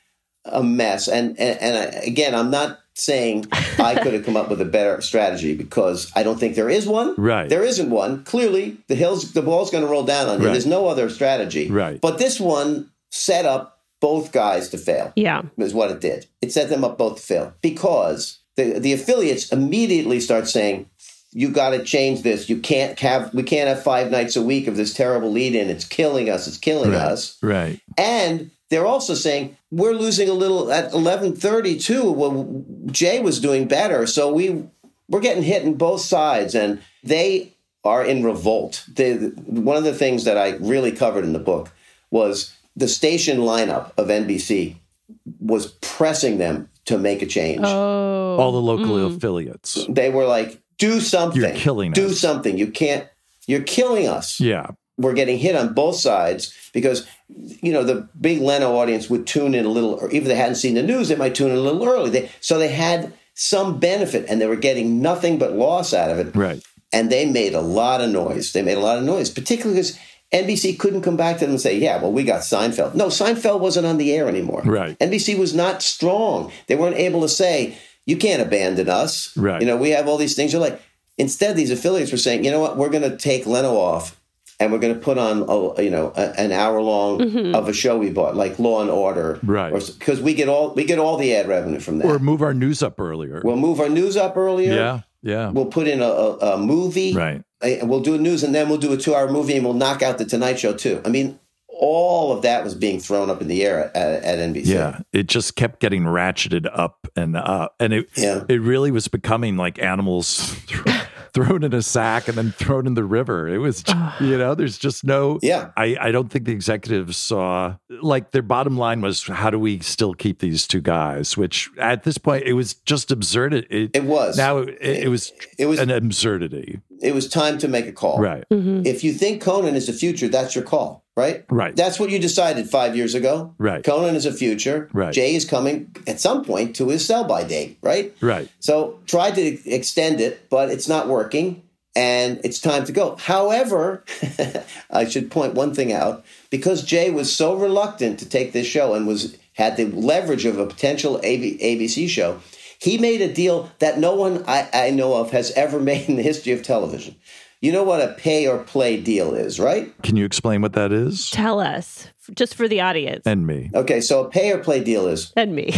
C: a mess. And and, and I, again, I'm not saying I could have come up with a better strategy because I don't think there is one.
A: Right.
C: There isn't one. Clearly, the hills, the ball's going to roll down on you.
A: Right.
C: There's no other strategy.
A: Right.
C: But this one set up both guys to fail
D: Yeah.
C: is what it did. It set them up both to fail because the, the affiliates immediately start saying, "You got to change this. You can't have we can't have five nights a week of this terrible lead-in. It's killing us. It's killing us."
A: Right.
C: And they're also saying we're losing a little at eleven thirty too. Well, Jay was doing better, so we we're getting hit in both sides, and they are in revolt. They, one of the things that I really covered in the book was the station lineup of NBC was pressing them to make a change.
B: Oh.
D: Oh.
A: All the local
D: Mm-hmm.
A: affiliates.
C: They were like, "Do something!
A: You're killing
C: Do
A: us."
C: something! You can't! You're killing us!"
A: Yeah.
C: we're getting hit on both sides because you know the big Leno audience would tune in a little, or even if they hadn't seen the news, they might tune in a little early. They, so they had some benefit, and they were getting nothing but loss out of it.
A: Right.
C: And they made a lot of noise. They made a lot of noise, particularly because NBC couldn't come back to them and say, "Yeah, well, we got Seinfeld." No, Seinfeld wasn't on the air anymore.
A: Right.
C: NBC was not strong. They weren't able to say, "You can't abandon us."
A: Right.
C: You know, we have all these things. You're like, instead, these affiliates were saying, "You know what? We're going to take Leno off." and we're going to put on a, you know a, an hour long of a show we bought like law and order
A: Right.
C: because we get all we get all the ad revenue from that
A: Or move our news up earlier.
C: we'll move our news up earlier
A: yeah. Yeah.
C: we'll put in a, a, a movie
A: Right.
C: Uh, we'll do news and then we'll do a two hour movie and we'll knock out the tonight show too i mean all of that was being thrown up in the air at, at, at nbc
A: Yeah, it just kept getting ratcheted up and up, and it
C: Yeah.
A: it really was becoming like animals thrown in a sack and then thrown in the river. It was, you know, there's just no.
C: Yeah.
A: I, I don't think the executives saw, like, their bottom line was, how do we still keep these two guys? Which at this point, it was just absurd. It,
C: It was.
A: Now it, it was
C: It was
A: an absurdity.
C: it was time to make a call.
A: Right.
C: If you think Conan is the future, that's your call, right?
A: Right.
C: That's what you decided five years ago.
A: Right.
C: Conan is a future.
A: Right.
C: Jay is coming at some point to his sell by date, right?
A: Right.
C: So tried to extend it, but it's not working and it's time to go. However, I should point one thing out because Jay was so reluctant to take this show and was had the leverage of a potential AB, ABC show, he made a deal that no one I, I know of has ever made in the history of television. You know what a pay or play deal is, right?
A: Can you explain what that is?
D: Tell us, f- just for the audience
A: And me.
C: Okay, so a pay or play deal is
D: and me.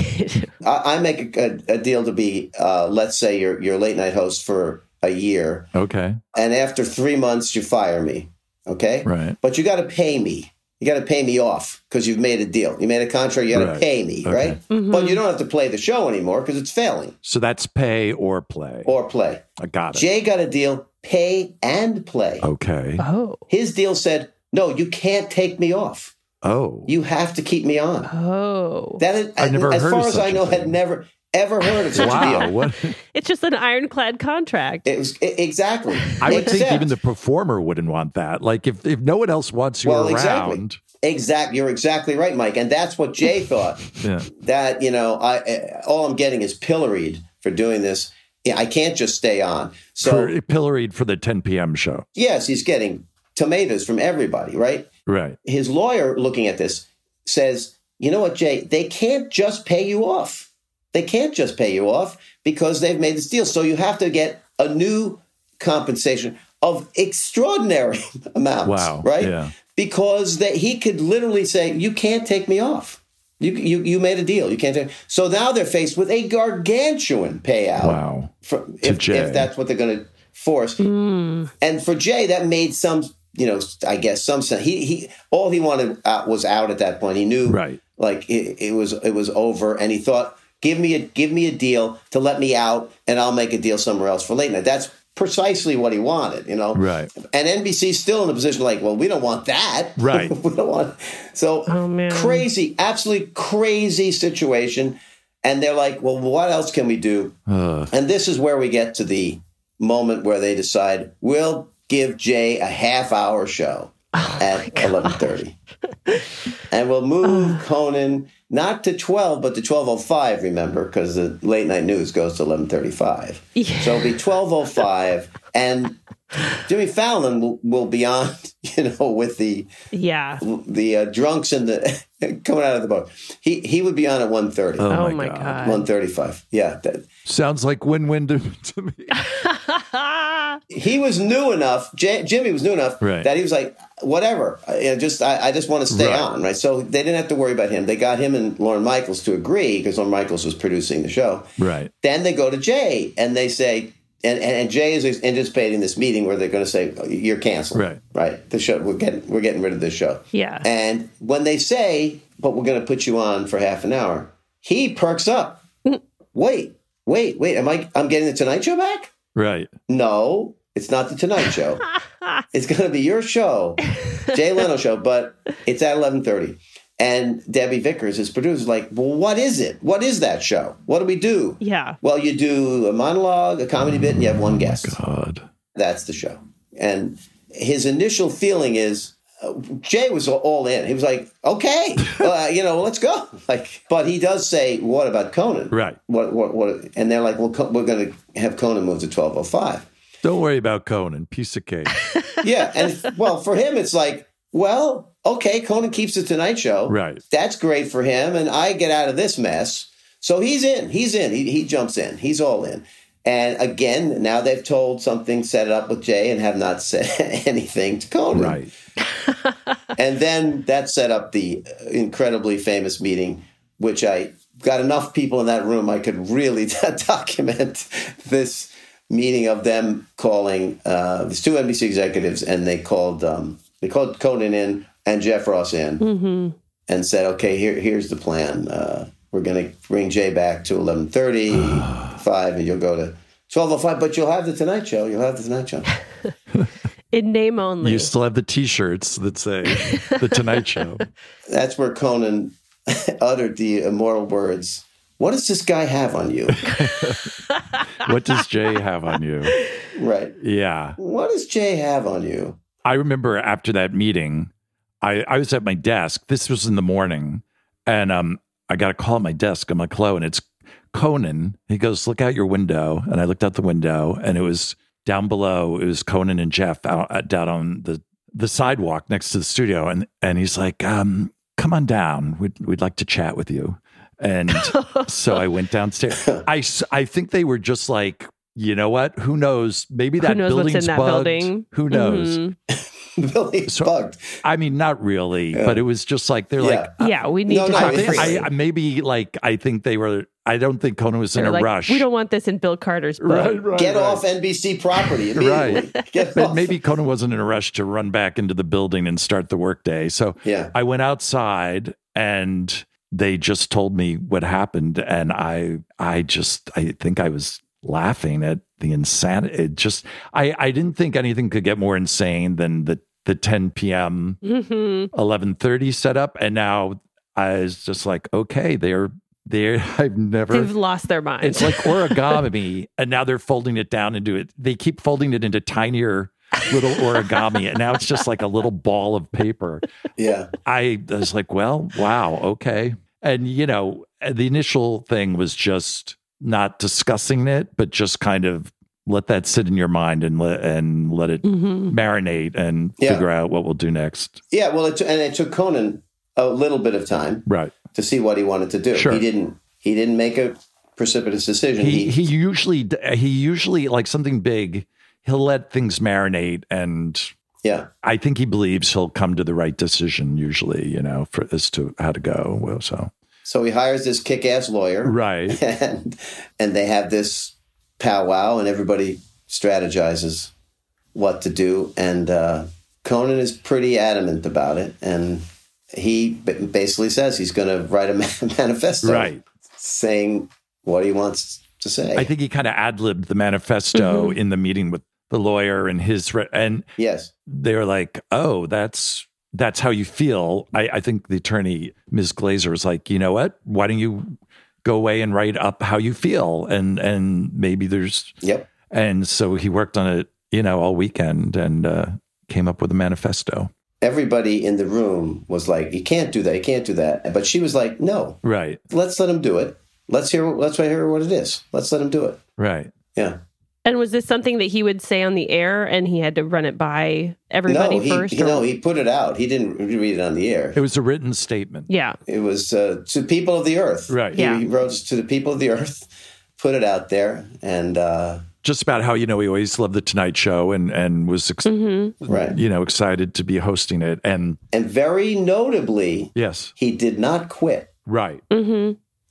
C: I, I make a, a, a deal to be, uh, let's say, your your late night host for a year,
A: Okay.
C: and after three months you fire me okay
A: Right.
C: but you got to pay me you got to pay me off because you've made a deal you made a contract you got to
A: Right.
C: pay me
A: Okay.
C: right but you don't have to play the show anymore because it's failing
A: So that's pay or play.
C: or play
A: I got it.
C: jay got a deal pay and play
A: okay.
D: oh,
C: his deal said no you can't take me off
A: Oh.
C: you have to keep me on
D: oh.
C: that is,
A: I've never
C: as
A: heard of
C: far as
A: such
C: i
A: a
C: know had
A: thing.
C: never ever heard of such a
A: Wow.
C: deal
A: What?
D: It's just an ironclad contract.
C: it was e- exactly
A: I would think
C: Except-
A: even the performer wouldn't want that. Like if, if no one else wants you
C: Well, exactly.
A: around.
C: exact you're exactly right mike and that's what jay thought
A: Yeah.
C: that you know I uh, all I'm getting is pilloried for doing this. Yeah, I can't just stay on. So
A: For- pilloried for the 10 p.m. show.
C: yes, he's getting tomatoes from everybody, right?
A: Right.
C: His lawyer looking at this says, "You know what, Jay? They can't just pay you off. They can't just pay you off because they've made this deal. So you have to get a new compensation of extraordinary amounts,
A: Wow,
C: right?
A: yeah.
C: Because that he could literally say, "You can't take me off." You, you, you made a deal. You can't. Take, so now they're faced with a gargantuan
A: Oh.
C: payout.
A: Wow.
C: For, if,
A: Jay.
C: if that's what they're going to force. And for Jay, that made some, you know, I guess some sense. He he, all he wanted out was out at that point. He knew,
A: Right.
C: Like it, it was it was over, and he thought, give me a give me a deal to let me out, and I'll make a deal somewhere else for late night. That's precisely what he wanted, you know.
A: Right.
C: And NBC's still in a position like, well, we don't want that,
A: Right.
C: we don't want. So
D: man.
C: crazy, absolutely crazy situation. And they're like, well, what else can we do? And this is where we get to the moment where they decide we'll give Jay a half hour show at eleven thirty, and we'll move Conan not to twelve but to twelve oh five. Remember, because the late night news goes to eleven thirty five, so it'll be twelve oh five, and Jimmy Fallon will, will be on, you know, with the
D: Yeah. Oh,
C: the uh, drunks and the coming out of the bar. He he would be on at one thirty.
A: Oh,
D: Oh, my god.
C: One thirty-five. Yeah, that-
A: Sounds like win-win to, to me.
C: he was new enough. J- Jimmy was new enough
A: Right.
C: that he was like, whatever. I, you know, just I, I just want to stay
A: Right.
C: on, right? So they didn't have to worry about him. They got him and Lauren Michaels to agree because Lauren Michaels was producing the show.
A: Right.
C: Then they go to Jay and they say, and, and, and Jay is anticipating this meeting where they're going to say you're canceled,
A: Right.
C: Right. The show we're getting we're getting rid of this show.
D: Yeah.
A: Eh.
C: And when they say, but we're going to put you on for half an hour, he perks up. wait, wait, wait. Am I? I'm getting the Tonight Show back?
A: Right.
C: No, it's not the Tonight Show. it's going to be your show, Jay Leno show, but it's at eleven thirty. And Debbie Vickers, his producer, is like, well, what is it? What is that show? What do we do?
D: Yeah.
C: Well, you do a monologue, a comedy bit, and you have one guest.
A: God.
C: That's the show. And his initial feeling is uh, Jay was all in. He was like, okay, uh, you know, let's go. Like, but he does say, what about Conan?
A: Right.
C: What? What? What? And they're like, well, Co- we're going to have Conan move to twelve oh five.
A: Don't worry about Conan. Piece of cake.
C: Yeah, and well, for him, it's like, well, okay, Conan keeps the Tonight Show.
A: Right.
C: That's great for him, and I get out of this mess. So he's in. He's in. He, he jumps in. He's all in. And again, now they've told something, set it up with Jay, and have not said anything to Conan.
A: right.
C: And then that set up the incredibly famous meeting, which I got enough people in that room I could really document this meeting of them calling uh, these two NBC executives, and they called um, they called Conan in and Jeff Ross in, and said, "Okay, here here's the plan. Uh, we're going to bring Jay back to eleven thirty five, and you'll go to." twelve oh five. But you'll have the Tonight Show. You'll have the Tonight Show.
D: in name only.
A: You still have the T-shirts that say "The Tonight Show."
C: That's where Conan uttered the immortal words. What does this guy have on you?
A: what does Jay have on you?
C: right.
A: Yeah,
C: What does Jay have on you?
A: I remember after that meeting, I I was at my desk. This was in the morning, and um, I got a call at my desk. I'm like, "Hello," and it's Conan. He goes, "Look out your window," and I looked out the window, and it was down below. It was Conan and Jeff out uh, down on the the sidewalk next to the studio, and and he's like, um, "Come on down. We'd we'd like to chat with you." And so I went downstairs. I s- I think they were just like. You know what? Who knows? Maybe that
D: knows what's in
A: building's
D: that
A: bugged.
D: building?
A: Who knows?
D: Mhm.
C: Billy's
A: So-
C: bugged.
A: I mean, not really, but it was just like they're like,
D: Yeah, we need
C: No,
D: to
C: no,
D: talk
C: it's-
D: freely.
A: I, I maybe like I think they were. I don't think Conan was in
D: They're
A: a
D: like,
A: rush.
D: We don't want this in Bill Carter's book.
A: right, right,
C: Get
A: right.
C: off NBC property immediately. Get
A: But
C: off.
A: maybe Conan wasn't in a rush to run back into the building and start the workday. So
C: Yeah.
A: I went outside and they just told me what happened, and I I just I think I was laughing at the insanity. It just I I didn't think anything could get more insane than the the 10 p.m.
D: Mhm.
A: 11:30 setup, and now I was just like, okay, they're they're I've
D: They've
A: never.
D: lost their mind.
A: It's like origami, and now they're folding it down into it. They keep folding it into tinier little origami, and now it's just like a little ball of paper.
C: Yeah.
A: I was like, well, wow, okay. And, you know, the initial thing was just not discussing it, but just kind of let that sit in your mind and let, and let it
D: Mhm.
A: marinate and
C: Yeah.
A: figure out what we'll do next.
C: Yeah. Well, it, and it took Conan a little bit of time
A: Right.
C: to see what he wanted to do.
A: Sure.
C: He didn't. He didn't make a precipitous decision.
A: he he usually uh, he usually like something big he'll let things marinate and
C: yeah.
A: i think he believes he'll come to the right decision usually you know for as to how to go well so
C: So he hires this kick-ass lawyer.
A: right
C: and and they have this powwow, and everybody strategizes what to do. And uh, Conan is pretty adamant about it, and he b- basically says he's going to write a ma- manifesto,
A: right
C: saying what he wants to say.
A: i think he kind of ad-libbed the manifesto in the meeting with the lawyer and his re- and
C: yes,
A: they were like oh that's that's how you feel I, I think the attorney ms glazer was like you know what why don't you go away and write up how you feel and and maybe there's
C: yep,
A: And so he worked on it, you know, all weekend and uh, came up with a manifesto.
C: everybody in the room was like, "You can't do that, you can't do that," but she was like, "No,
A: Right.
C: let's let him do it. Let's hear, let's hear what it is. Let's let him do it."
A: Right.
C: Yeah.
D: and was this something that he would say on the air and he had to run it by everybody
C: no, he,
D: first?
C: he
D: or-
C: no, he put it out. He didn't read it on the air.
A: It was a written statement.
D: yeah.
C: It was uh, to people of the earth.
A: Right.
C: He,
D: Yeah.
C: he wrote to the people of the earth, put it out there, and uh,
A: Just about how, you know, he always loved The Tonight Show and, and was, ex-
C: right.
A: you know, excited to be hosting it. And
C: And very notably,
A: yes,
C: he did not quit.
A: right.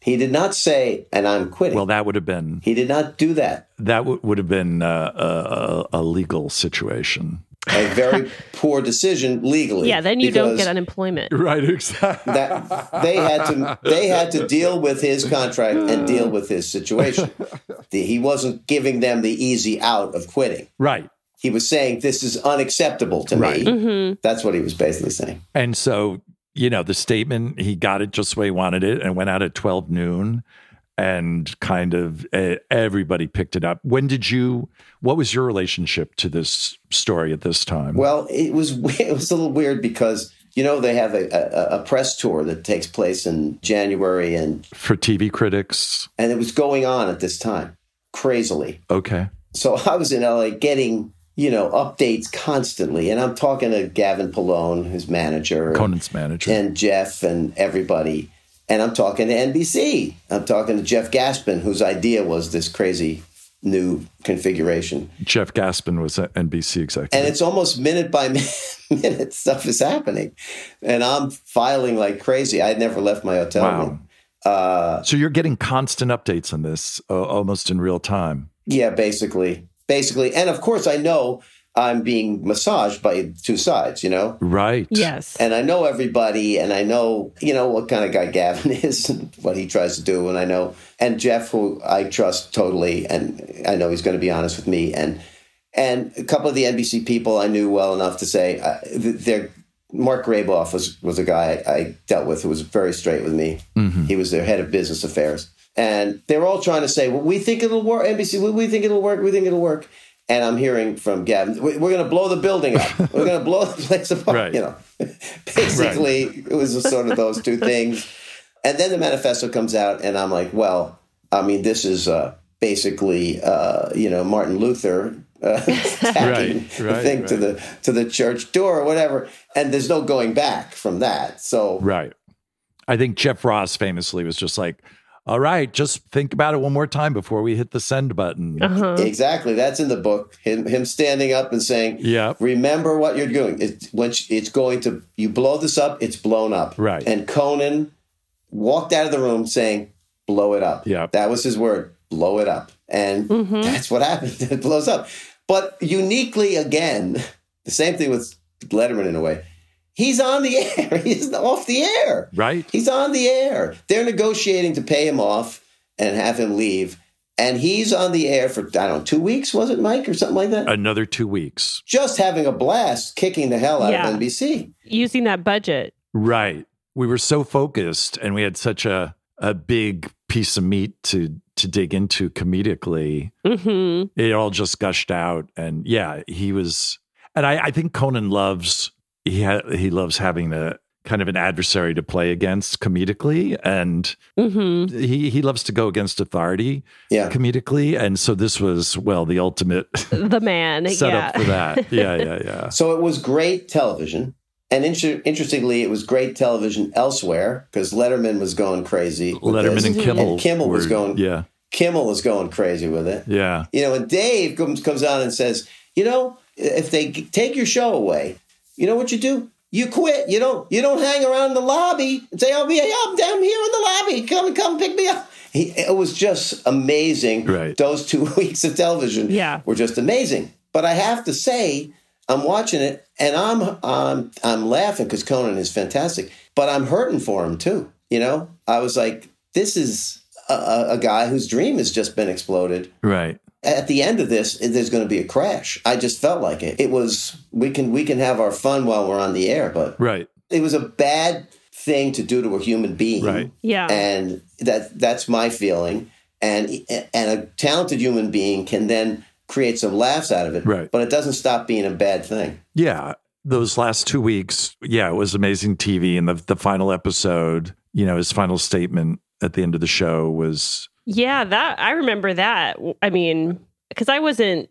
C: He did not say, "And I'm quitting."
A: Well, that would have been,
C: he did not do that.
A: that w- would have been uh, a, a, a legal situation.
C: A very poor decision legally.
D: Yeah, then you don't
C: because
D: get unemployment.
A: Right. Exactly.
C: that they had to they had to deal with his contract and deal with his situation. The- he wasn't giving them the easy out of quitting.
A: Right.
C: He was saying, "This is unacceptable to
A: Right.
C: me."
D: Mm-hmm.
C: That's what he was basically saying.
A: And so, you know, the statement, he got it just the way he wanted it and went out at 12 noon and kind of uh, everybody picked it up. When did you, what was your relationship to this story at this time?
C: Well, it was it was a little weird because you know they have a, a, a press tour that takes place in January and
A: For TV critics.
C: and it was going on at this time crazily.
A: Okay.
C: So I was in LA getting you know updates constantly, and I'm talking to Gavin Pallone, his manager,
A: Conan's manager.
C: and Jeff and everybody. And I'm talking to NBC. I'm talking to Jeff Gaspin, whose idea was this crazy new configuration.
A: Jeff Gaspin was an NBC executive.
C: and it's almost minute by minute stuff is happening and i'm filing like crazy i had never left my hotel
A: Wow.
C: room uh,
A: so you're getting constant updates on this uh, almost in real time.
C: yeah basically basically and of course i know I'm being massaged by two sides, you know?
A: Right.
B: Yes.
C: And I know everybody, and I know, you know, what kind of guy Gavin is and what he tries to do. And I know, and Jeff, who I trust totally, and I know he's going to be honest with me. And, and a couple of the NBC people I knew well enough to say, uh, th- they're, Mark Graboff was, was a guy I, I dealt with who was very straight with me. He was their head of business affairs. And they were all trying to say, well, we think it'll work, NBC, we, we think it'll work, we think it'll work. And I'm hearing from Gavin, we, we're going to blow the building up. We're going to blow the place apart.
A: Right.
C: You know, basically, it was just sort of those two things. And then the manifesto comes out, and I'm like, well, I mean, this is uh, basically, uh, you know, Martin Luther uh, attacking
A: Right, right,
C: the thing to
A: right.
C: the to the church door or whatever. And there's no going back from that. So
A: Right. I think Jeff Ross famously was just like, all right, just think about it one more time before we hit the send button.
C: exactly, that's in the book. Him him standing up and saying,
A: Yeah.
C: remember what you're doing. It's when sh- it's going to you blow this up, it's blown up.
A: Right.
C: And Conan walked out of the room saying, "Blow it up."
A: Yeah.
C: That was his word. Blow it up, and
A: Mm-hmm.
C: that's what happened. it blows up. But uniquely, again, the same thing with Letterman in a way. He's on the air. He's off the air.
A: Right.
C: He's on the air. They're negotiating to pay him off and have him leave. And he's on the air for, I don't know, two weeks, was it, Mike, or something like that?
A: Another two weeks.
C: just having a blast kicking the hell out
B: Yeah.
C: of NBC.
B: Using that budget.
A: Right. We were so focused and we had such a, a big piece of meat to to dig into comedically.
B: hmm
D: Mm-hmm.
A: It all just gushed out. And yeah, he was and I, I think Conan loves he ha- he loves having a kind of an adversary to play against comedically and
B: hmm
D: Mm-hmm.
A: he he loves to go against authority
C: Yeah.
A: comedically and so this was well the ultimate
B: The man.
A: setup
B: yeah.
A: for that yeah yeah yeah
C: So it was great television. And inter- interestingly, it was great television elsewhere because Letterman was going crazy. with
A: letterman
C: this.
A: and kimmel
C: Kimmel was
A: were-
C: going-
A: yeah
C: Kimmel was going crazy with it.
A: yeah
C: You know, and Dave comes, comes on and says, you know, if they g- take your show away, you know what you do? You quit. You don't. You don't hang around the lobby and say, "I'll be. I'm down here in the lobby. Come, come, pick me up." He, it was just amazing.
A: Right.
C: Those two weeks of television
B: Yeah.
C: were just amazing. But I have to say, I'm watching it and I'm I'm I'm laughing because Conan is fantastic. But I'm hurting for him too. You know, I was like, this is a- a, a guy whose dream has just been exploded
A: right
C: at the end of this there's going to be a crash i just felt like it it was we can we can have our fun while we're on the air but
A: right
C: it was a bad thing to do to a human being
A: Right.
B: Yeah.
C: and that that's my feeling and and a talented human being can then create some laughs out of it
A: Right.
C: but it doesn't stop being a bad thing
A: yeah those last two weeks yeah it was amazing tv and the, the final episode you know his final statement at the end of the show was
B: Yeah, that I remember that. I mean, because I wasn't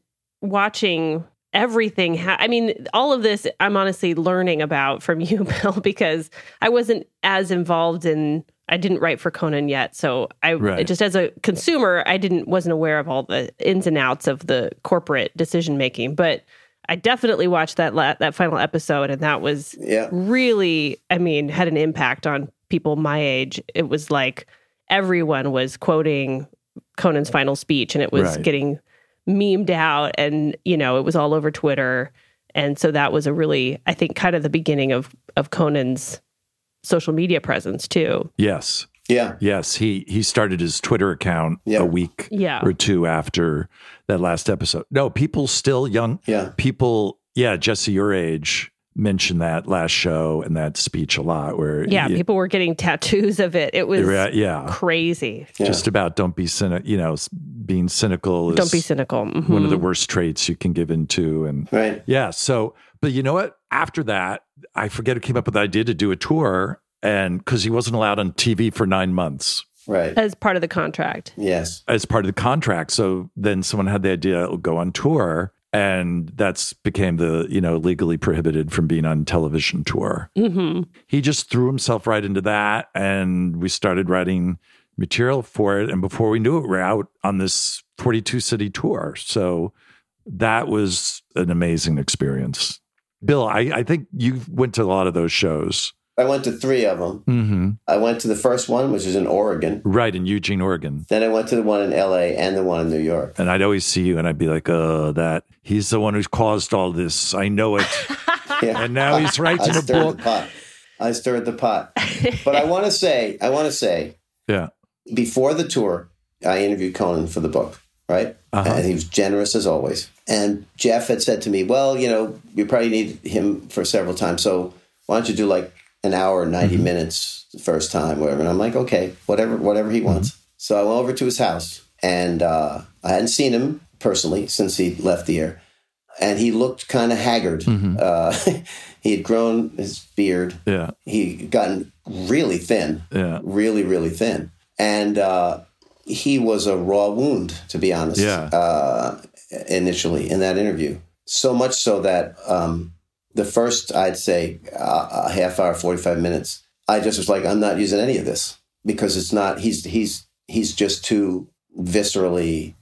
B: watching everything. Ha- I mean, all of this I'm honestly learning about from you, Bill, because I wasn't as involved in. I didn't write for Conan yet, so I
A: Right.
B: just as a consumer, I didn't wasn't aware of all the ins and outs of the corporate decision making, but. I definitely watched that la- that final episode, and that was
C: yeah
B: really, I mean, had an impact on people my age. It was like everyone was quoting Conan's final speech and it was
A: Right.
B: getting memed out and, you know, it was all over Twitter. And so that was a really, I think, kind of the beginning of of Conan's social media presence too.
A: yes
C: yeah
A: Yes, he he started his Twitter account
C: Yeah.
A: a week
B: Yeah.
A: or two after that last episode. No, people still young.
C: Yeah.
A: people. Yeah, Jesse, your age mentioned that last show and that speech a lot. Where
B: Yeah,
A: you-
B: people were getting tattoos of it. It was
A: yeah, yeah,
B: crazy.
A: just about don't be cynical. You know, s- being cynical is
B: Don't be cynical. Mhm.
A: one of the worst traits you can give into, and
C: right
A: yeah. So, but you know what? After that, I forget who came up with the idea to do a tour, and because he wasn't allowed on TV for nine months.
C: right
B: Mm-hmm. as part of the contract.
C: yes
A: as part of the contract. So then someone had the idea it'll go on tour. And that's became the, you know, legally prohibited from being on television tour.
B: hmm
A: He just threw himself right into that. And we started writing material for it. And before we knew it, we're out on this 42 city tour. So that was an amazing experience. Bill, I, I think you went to a lot of those shows.
C: I went to three of them.
A: Mm-hmm.
C: I went to the first one, which is in Oregon.
A: Right in Eugene, Oregon.
C: Then I went to the one in LA and the one in New York.
A: And I'd always see you and I'd be like, uh, that he's the one who's caused all this. I know it.
C: Yeah.
A: and now he's
C: I
A: writing a
C: stirred
A: book.
C: the pot. I stirred the pot. But I want to say, I want to say,
A: Yeah.
C: before the tour, I interviewed Conan for the book, right? And he was generous as always. And Jeff had said to me, Well, you know, you probably need him for several times. So why don't you do like an hour and 90 minutes the first time, whatever? And I'm like, Okay, whatever, whatever he wants. So I went over to his house and uh, I hadn't seen him personally since he left the air. And he looked kind of haggard. Uh, he had grown his beard.
A: Yeah.
C: He gotten really thin
A: Yeah.
C: really, really thin. And uh, he was a raw wound, to be honest,
A: Yeah.
C: uh, initially in that interview. So much so that um, the first, I'd say, uh, a half hour, 45 minutes, I just was like, I'm not using any of this because it's not, he's, he's, he's just too viscerally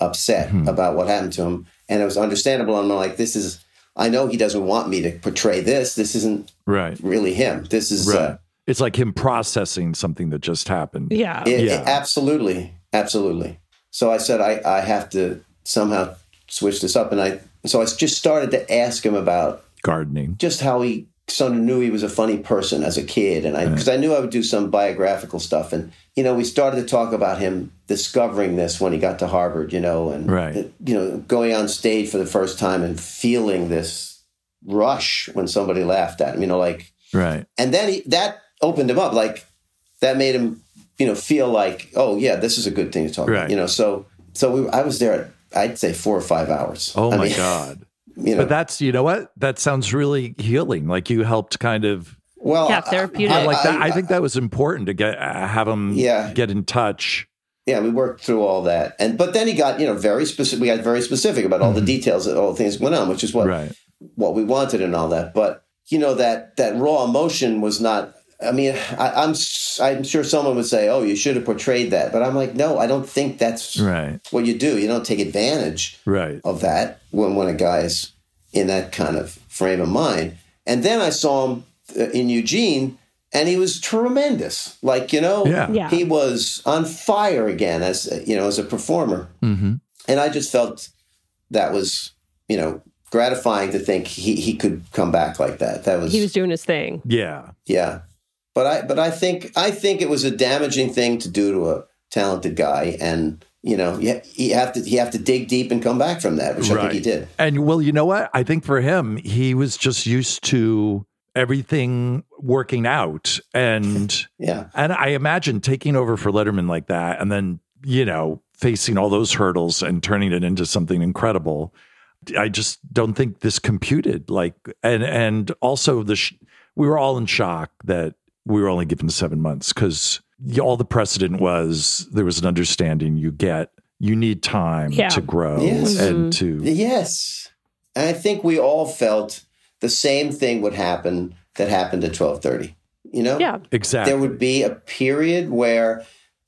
C: upset
A: Hmm.
C: about what happened to him. And it was understandable. I'm like, this is, I know he doesn't want me to portray this. This isn't
A: Right.
C: really him. This is,
A: Right.
C: uh,
A: it's like him processing something that just happened.
D: Yeah.
C: It-
A: Yeah.
C: it- absolutely, absolutely. So I said I, I have to somehow switch this up, and I so I just started to ask him about
A: Gardening.
C: just how he sort of knew he was a funny person as a kid, and I because I knew I would do some biographical stuff, and you know we started to talk about him discovering this when he got to Harvard, you know, and uh,
A: Right.
C: you know going on stage for the first time and feeling this rush when somebody laughed at him, you know, like
A: Right.
C: and then he, that opened him up like that made him you know feel like oh yeah this is a good thing to talk
A: Right.
C: about you know so so we, i was there at i'd say four or five hours
A: Oh
C: I
A: my
C: mean,
A: God.
C: you know
A: But that's, you know what? That sounds really healing. Like you helped kind of
C: well
D: Yeah,
C: I-
D: therapeutic.
A: I like that.
C: I-
A: I, think that was important to get uh, have him
C: Yeah.
A: get in touch.
C: yeah we worked through all that and but then he got you know very specific we got very specific about all the details and all the things that went on which is what
A: Mm-hmm. Right.
C: what we wanted and all that. But you know that that raw emotion was not. I mean, I, I'm s- I'm sure someone would say, "Oh, you should have portrayed that," but I'm like, no, I don't think that's
A: Right.
C: what you do. You don't take advantage
A: Right.
C: of that when when a guy's in that kind of frame of mind. And then I saw him uh, in Eugene, and he was tremendous. Like you know,
A: Yeah.
D: Yeah.
C: he was on fire again as uh, you know as a performer
A: Mm-hmm.
C: and I just felt that was you know gratifying to think he he could come back like that. That was,
D: He was doing his thing.
A: Yeah.
C: yeah. But I but I think I think it was a damaging thing to do to a talented guy, and you know you, you have to you have to dig deep and come back from that, which I think he did.
A: And well, you know what? I think for him, he was just used to everything working out and
C: Yeah,
A: and I imagine taking over for Letterman like that and then, you know, facing all those hurdles and turning it into something incredible. I just don't think this computed like and and also the sh- we were all in shock that we were only given 7 months cuz all the precedent was there was an understanding you get you need time
D: Yeah. Mm-hmm.
A: to grow
C: Yes.
A: and to
C: yes, and I think we all felt the same thing would happen that happened at twelve thirty. You know,
D: Yeah.
A: exactly
C: there would be a period where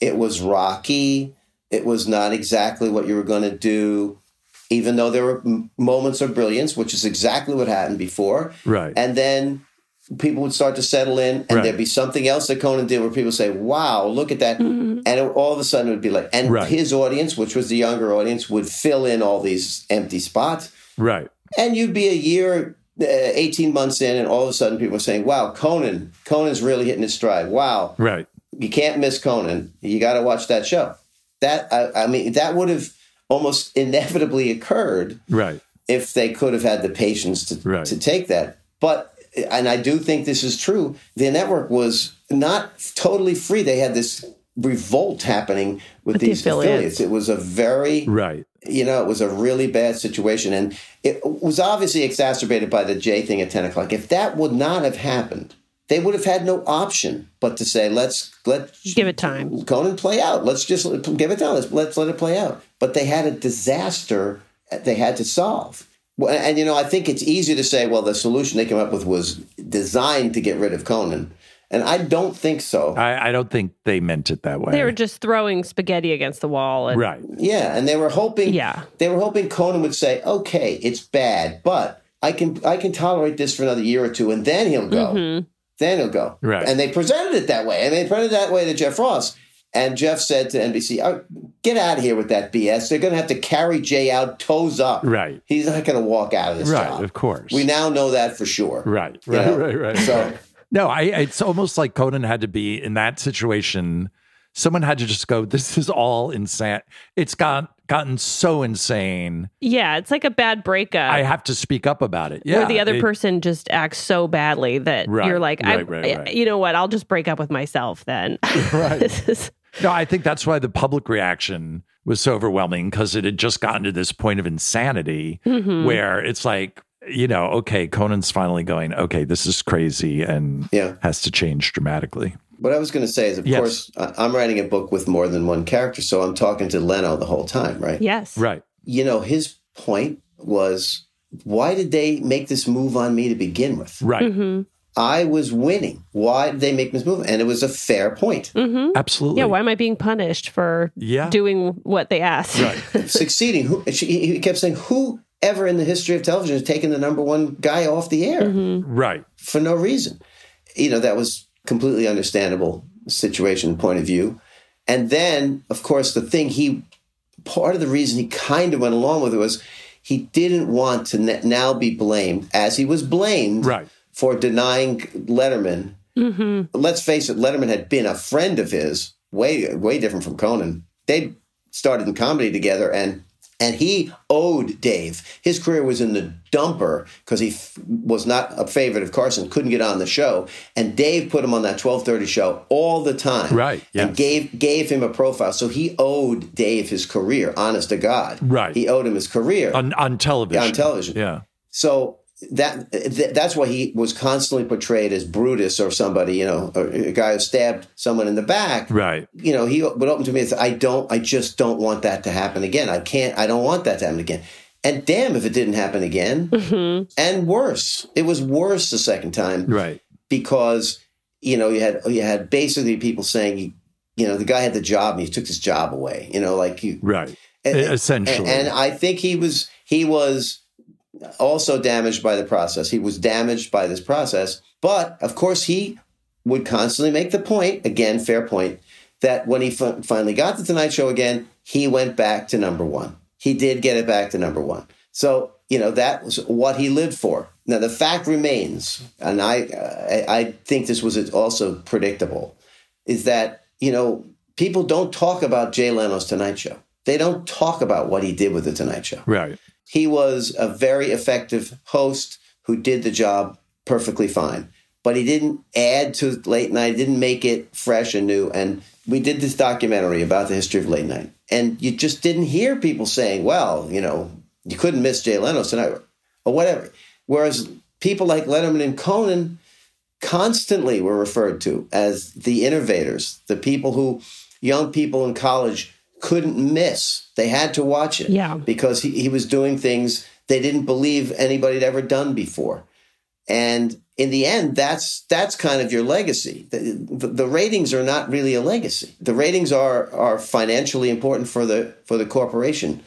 C: it was rocky. It was not exactly what you were going to do, even though there were m- moments of brilliance, which is exactly what happened before.
A: Right.
C: And then people would start to settle in, and
A: Right.
C: there'd be something else that Conan did where people say, "Wow, look at that!" And it, all of a sudden, it would be like, and
A: Right.
C: his audience, which was the younger audience, would fill in all these empty spots
A: right.
C: and you'd be a year uh, 18 months in and all of a sudden people are saying wow conan conan's really hitting his stride wow
A: Right.
C: you can't miss conan you got to watch that show that I, I mean that would have almost inevitably occurred
A: Right.
C: if they could have had the patience to,
A: Right.
C: to take that but and i do think this is true the network was not totally free they had this revolt happening with,
D: With the
C: these
D: affiliates.
C: affiliates. it was a very
A: Right.
C: you know, it was a really bad situation. And it was obviously exacerbated by the J thing at 10 o'clock. If that would not have happened, they would have had no option but to say, let's let
D: Give it time.
C: Conan play out. Let's just let- give it time. Let's, let's let it play out. But they had a disaster that they had to solve. Well, And, you know, I think it's easy to say, well, the solution they came up with was designed to get rid of Conan. And I don't think so.
A: I, I don't think they meant it that way.
D: They were just throwing spaghetti against the wall. And
A: right.
C: Yeah, and they were hoping.
D: Yeah.
C: they were hoping Conan would say, "Okay, it's bad, but I can I can tolerate this for another year or two, and then he'll go." then he'll go.
A: Right.
C: And they presented it that way. And they presented it that way to Jeff Ross. And Jeff said to NBC, oh, get out of here with that BS. They're going to have to carry Jay out toes up.
A: Right.
C: He's not going to walk out of this
A: Right,
C: job.
A: of course.
C: We now know that for sure.
A: Right,
C: You
A: right,
C: know?
A: right, right.
C: So
A: No, I it's almost like Conan had to be in that situation. Someone had to just go, this is all insane. It's got gotten so insane.
D: Yeah, it's like a bad breakup.
A: I have to speak up about it. Yeah.
D: where the other
A: it-
D: person just acts so badly that
A: Right,
D: you're like, I,
A: right, right, right.
D: you know what? I'll just break up with myself then.
A: Right.
D: This is-
A: No, I think that's why the public reaction was so overwhelming because it had just gotten to this point of insanity
C: Mm-hmm.
A: where it's like, you know, okay, Conan's finally going, okay, this is crazy and
C: Yeah.
A: has to change dramatically.
C: what I was going to say is, of
A: Yes.
C: course, I- I'm writing a book with more than one character. So I'm talking to Leno the whole time, right?
D: yes.
A: Right.
C: You know, his point was, why did they make this move on me to begin with?
A: Right.
C: I was winning. Why did they make this move? And it was a fair point.
A: Absolutely.
D: Yeah. Why am I being punished for
A: Yeah.
D: doing what they asked?
A: Right.
C: Succeeding. Who, she, he he kept saying, who ever in the history of television has taken the number one guy off the air
A: right.
C: for no reason? You know, that was completely understandable situation point of view. And then, of course, the thing he, part of the reason he kind of went along with it was he didn't want to n- now be blamed as he was blamed
A: Right.
C: for denying Letterman. Let's face it, Letterman had been a friend of his, way way different from Conan. They started in comedy together, and and he owed Dave. His career was in the dumper because he f- was not a favorite of Carson, couldn't get on the show, and Dave put him on that twelve thirty show all the time,
A: Right, yes.
C: And gave gave him a profile, so he owed Dave his career. Honest to God,
A: Right.
C: He owed him his career.
A: On on television.
C: Yeah, on television.
A: Yeah.
C: So that th- that's why he was constantly portrayed as Brutus or somebody, you know, or a guy who stabbed someone in the back.
A: Right.
C: You know, he would open to me and say, "I don't, I just don't want that to happen again. I can't, I don't want that to happen again." And damn, if it didn't happen again, and worse, it was worse the second time
A: Right.
C: because you know you had you had basically people saying, you know, the guy had the job and he took his job away. You know, like you,
A: Right.
C: and-
A: Essentially.
C: and, and I think he was he was also damaged by the process. He was damaged by this process, but of course he would constantly make the point again, fair point, that when he fi- finally got to Tonight Show again, he went back to number one. He did get it back to number one. So you know that was what he lived for. Now the fact remains, and I uh, I I think this was also predictable is that you know people don't talk about Jay Leno's Tonight Show. They don't talk about what he did with the Tonight Show.
A: right.
C: He was a very effective host who did the job perfectly fine, but he didn't add to late night. Didn't make it fresh and new. And we did this documentary about the history of late night, and you just didn't hear people saying, "Well, you know, you couldn't miss Jay Leno's Tonight," or whatever. Whereas people like Letterman and Conan constantly were referred to as the innovators, the people who young people in college couldn't miss. They had to watch it
D: Yeah.
C: because he, he was doing things they didn't believe anybody had ever done before. And in the end, that's that's kind of your legacy. The, the, the ratings are not really a legacy. The ratings are are financially important for the for the corporation,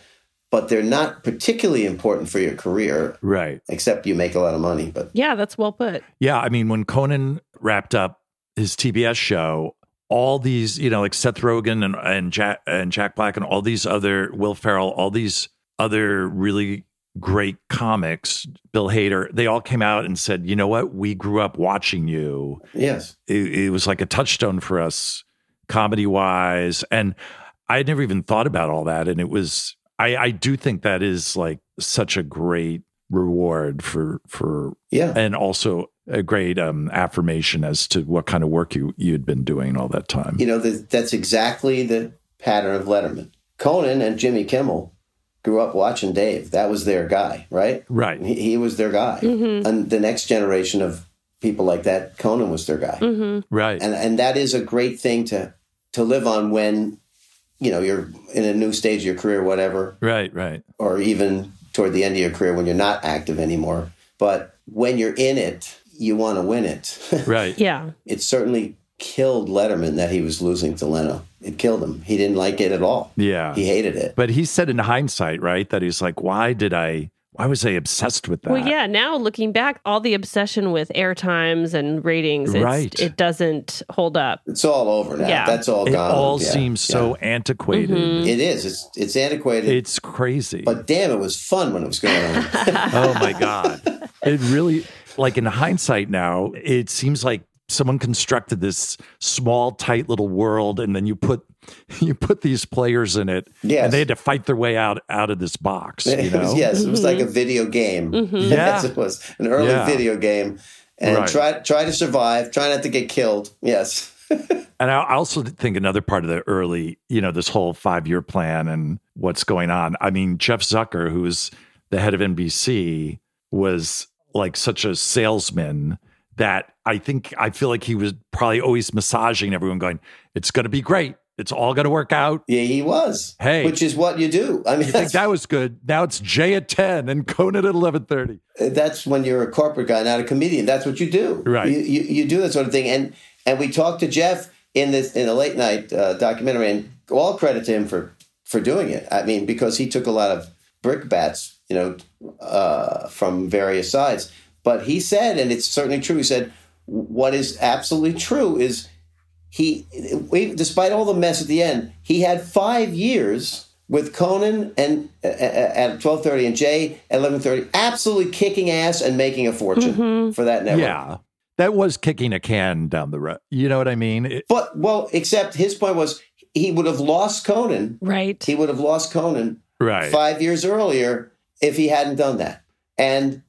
C: but they're not particularly important for your career,
A: Right.
C: except you make a lot of money. But
D: Yeah, that's well put.
A: Yeah. I mean, when Conan wrapped up his TBS show, all these, you know, like Seth Rogen and, and Jack and Jack Black and all these other Will Ferrell, all these other really great comics, Bill Hader, they all came out and said, you know what? We grew up watching you.
C: yes.
A: it, it was like a touchstone for us comedy wise and i had never even thought about all that and it was i i do think that is like such a great reward for for
C: Yeah.
A: and also a great um affirmation as to what kind of work you you'd been doing all that time
C: you know, the, that's exactly the pattern of Letterman. Conan and Jimmy Kimmel grew up watching Dave. That was their guy, right?
A: Right.
C: He, he was their guy. And the next generation of people like that, Conan was their guy.
A: right
C: And and that is a great thing to to live on when you know you're in a new stage of your career, whatever
A: right right
C: or even toward the end of your career when you're not active anymore. But when you're in it, you want to win it.
A: right
D: Yeah.
C: it certainly killed Letterman that he was losing to Leno. It killed him. He didn't like it at all.
A: Yeah.
C: He hated it.
A: but he said in hindsight right that he's like why did i I would say obsessed with that.
D: Well, yeah. Now looking back, all the obsession with airtimes and ratings, it's,
A: Right.
D: it doesn't hold up.
C: It's all over now.
D: Yeah.
C: That's all
A: It
C: gone.
A: all
C: Oh, Yeah,
A: seems
C: yeah.
A: so antiquated.
C: It is. It's it's antiquated.
A: It's crazy.
C: but damn, it was fun when it was going on.
A: oh my god. It really like in hindsight now, it seems like someone constructed this small tight little world and then you put you put these players in it
C: Yes.
A: and they had to fight their way out out of this box, you
C: It was-
A: know?
C: yes, it was like a video game. yes,
A: Yeah.
C: it was an early
A: Yeah.
C: video game, and
A: Right.
C: try try to survive. Try not to get killed. Yes,
A: And I I also think another part of the early, you know, this whole five year plan and what's going on. I mean, Jeff Zucker, who's the head of NBC, was like such a salesman that I think I feel like he was probably always massaging everyone, going, It's going to be great. It's all going to work out.
C: yeah, he was.
A: Hey.
C: which is what you do. I mean,
A: You think
C: that's,
A: that was good. Now it's Jay at 10 and Conan at 1130.
C: that's when you're a corporate guy, not a comedian. That's what you do.
A: Right.
C: You, you, you do that sort of thing. And and we talked to Jeff in this in the late night uh, documentary, and all credit to him for for doing it. I mean, because he took a lot of brickbats, you know, uh, from various sides. But he said, and it's certainly true. He said, what is absolutely true is he, we- despite all the mess at the end, he had five years with Conan and uh, at twelve thirty and Jay at eleven thirty, absolutely kicking ass and making a fortune for that network.
A: Yeah. That was kicking a can down the road. You know what I mean? It-
C: But well, except his point was he would have lost Conan.
D: Right.
C: He would have lost Conan
A: right.
C: five years earlier if he hadn't done that. And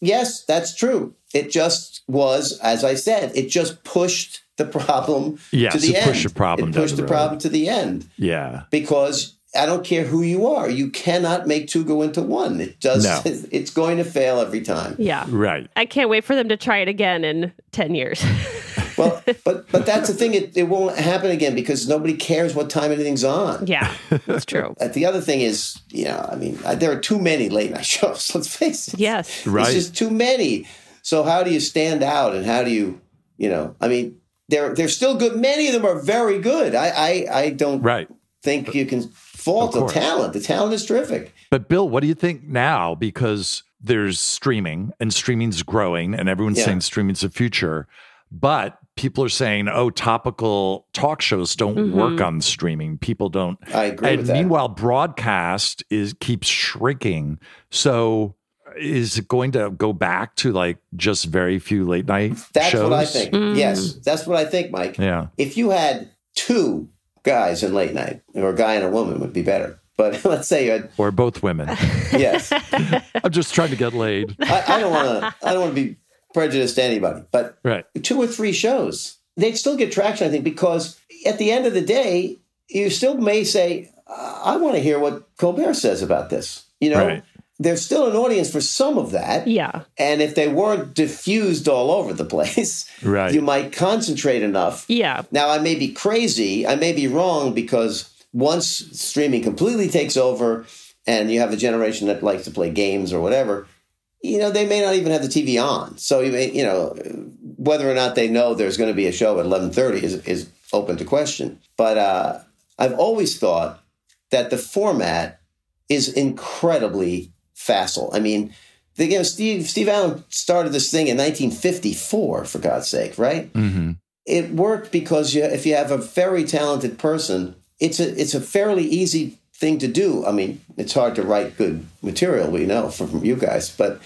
C: yes, that's true. It just was, as I said, it just pushed the problem
A: Yes,
C: to the
A: it
C: end.
A: pushed the problem
C: It
A: down
C: pushed
A: the
C: the
A: road.
C: problem to the end.
A: yeah.
C: because I don't care who you are, you cannot make two go into one. It does.
A: No.
C: It's going to fail every time.
D: Yeah.
A: Right.
D: I can't wait for them to try it again in 10 years.
C: Well, but but that's the thing. It, it won't happen again because nobody cares what time anything's on.
D: yeah, that's true.
C: Uh, The other thing is, you know, I mean, I, there are too many late night shows. Let's face it.
D: Yes.
A: Right.
C: It's just too many. So how do you stand out and how do you, you know, I mean, they're they're still good. Many of them are very good. I I, I don't
A: Right.
C: think you can fault the
A: course.
C: talent. The talent is terrific.
A: But Bill, what do you think now? Because there's streaming and streaming's growing and everyone's
C: Yeah.
A: saying streaming's the future. But people are saying, oh, topical talk shows don't work on streaming. People don't.
C: Mm-hmm. I agree
A: and
C: with that.
A: meanwhile, broadcast is keeps shrinking. So is it going to go back to like just very few late night
C: That's
A: shows?
C: what I think. Yes, that's what I think, Mike.
A: Yeah.
C: If you had two guys in late night, or a guy and a woman would be better. But let's say you had
A: Or both women.
C: yes. I,
A: I'm just trying to get laid.
C: I don't want to. I don't want to be prejudiced to anybody. But
A: Right.
C: two or three shows, they'd still get traction, I think, because at the end of the day, you still may say, "I want to hear what Colbert says about this." You know,
A: Right.
C: there's still an audience for some of that.
D: Yeah.
C: And if they weren't diffused all over the place,
A: Right.
C: you might concentrate enough
D: Yeah.
C: Now, I may be crazy, I may be wrong because once streaming completely takes over and you have a generation that likes to play games or whatever, you know, they may not even have the TV on. So, you, may, you know, whether or not they know there's going to be a show at 1130 is, is open to question. But uh, I've always thought that the format is incredibly facile. I mean, the, you know, Steve, Steve Allen started this thing in 1954, for God's sake, right?
A: hmm
C: it worked because you, if you have a very talented person, it's a it's a fairly easy thing to do. I mean, it's hard to write good material, we know from you guys, but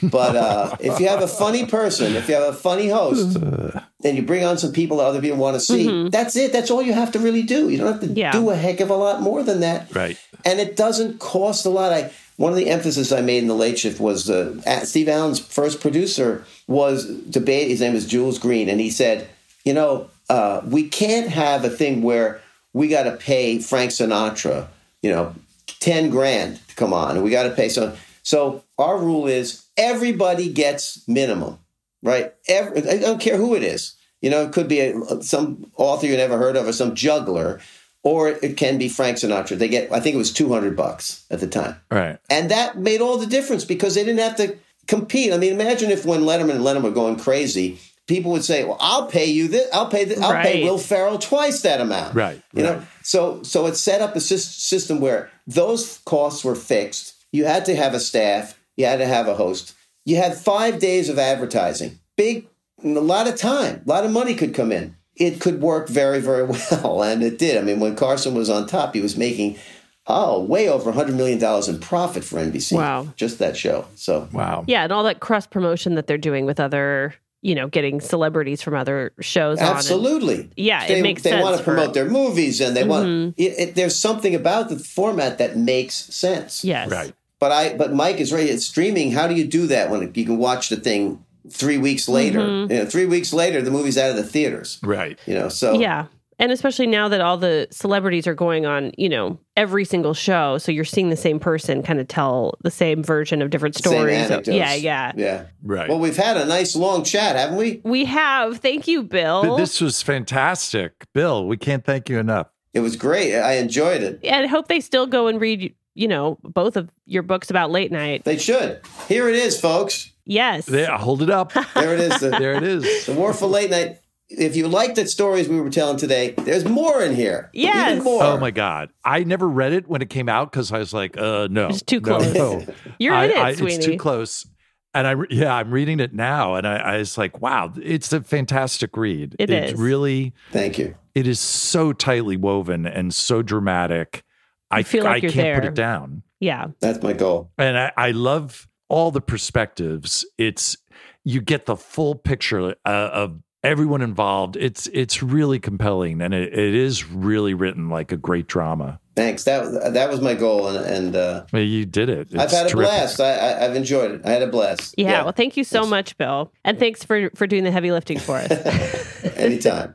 C: but uh, if you have a funny person, if you have a funny host, and you bring on some people that other people want to see, that's it. That's all you have to really do. You don't have to
D: Yeah.
C: do a heck of a lot more than that,
A: Right.
C: and it doesn't cost a lot. I one of the emphasis I made in the late shift was uh, at Steve Allen's first producer was debate. His name is Jules Green, and he said, you know, uh, we can't have a thing where we got to pay Frank Sinatra, you know, ten grand to come on, and we got to pay so. So our rule is everybody gets minimum right? Every, I don't care who it is. You know, it could be a, some author you never heard of, or some juggler, or it can be Frank Sinatra. They get, I think it was two hundred bucks at the time,
A: Right.
C: and that made all the difference because they didn't have to compete. I mean, imagine if when Letterman and Letterman were going crazy, people would say, "Well, I'll pay you this. I'll pay. This, I'll
D: Right.
C: pay Will Farrell twice that amount."
A: Right,
C: You
A: right.
C: know. So so it set up a sys- system where those costs were fixed. You had to have a staff. You had to have a host. You had five days of advertising. Big, a lot of time, a lot of money could come in. It could work very, very well. And it did. I mean, when Carson was on top, he was making, oh, way over $100 million in profit for NBC.
D: Wow.
C: Just that show. So,
A: Wow.
D: Yeah, and all that cross promotion that they're doing with other, you know, getting celebrities from other shows on.
C: absolutely.
D: And, yeah,
C: they,
D: it makes
C: they
D: sense.
C: want to
D: for- Mm-hmm.
C: promote their movies and they want it, it, there's something about the format that makes sense
D: Yes.
A: Right.
C: but i but mike is right it's streaming how do you do that when you can watch the thing three weeks later
D: Mm-hmm.
C: you know, three weeks later the movie's out of the theaters
A: Right.
C: you know so
D: Yeah. And especially now that all the celebrities are going on, you know, every single show. So you're seeing the same person kind of tell the same version of different
C: same
D: stories. So-
C: anecdotes.
D: yeah, yeah.
C: yeah
A: Right.
C: well we've had a nice long chat haven't we
D: We have. Thank you, Bill.
A: Th- this was fantastic, Bill. We can't thank you enough.
C: it was great i enjoyed it
D: and I hope they still go and read, you know, both of your books about late night.
C: they should here it is folks
D: Yes.
A: There, hold it up.
C: there it is the,
A: there it is.
C: The War for Late Night. If you liked the stories we were telling today, there's more in here.
D: Yes.
C: Even more.
A: Oh my God. I never read it when it came out because I was like, uh, no.
D: It's too
A: no,
D: close.
A: no.
D: You're in it,
A: I, I,
D: Sweeney.
A: It's too close. And I, re- yeah, I'm reading it now, and I, I was like, wow, it's a fantastic read.
D: It
A: it's
D: is.
A: really,
C: Thank you.
A: it is so tightly woven and so dramatic. I
D: feel like
A: I
D: you're
A: can't put
D: there.
A: it down.
D: yeah.
C: That's my goal.
A: and I, I love all the perspectives. It's you get the full picture uh, of everyone involved. It's it's really compelling, and it, it is really written like a great drama.
C: Thanks. That that was my goal, and, and uh,
A: I mean, you did it.
C: I've
A: It's
C: had a
A: terrific.
C: blast. I, I, I've enjoyed it. I had a blast.
D: Yeah, well, thank you so much, Bill, and thanks for for doing the heavy lifting for us.
C: anytime.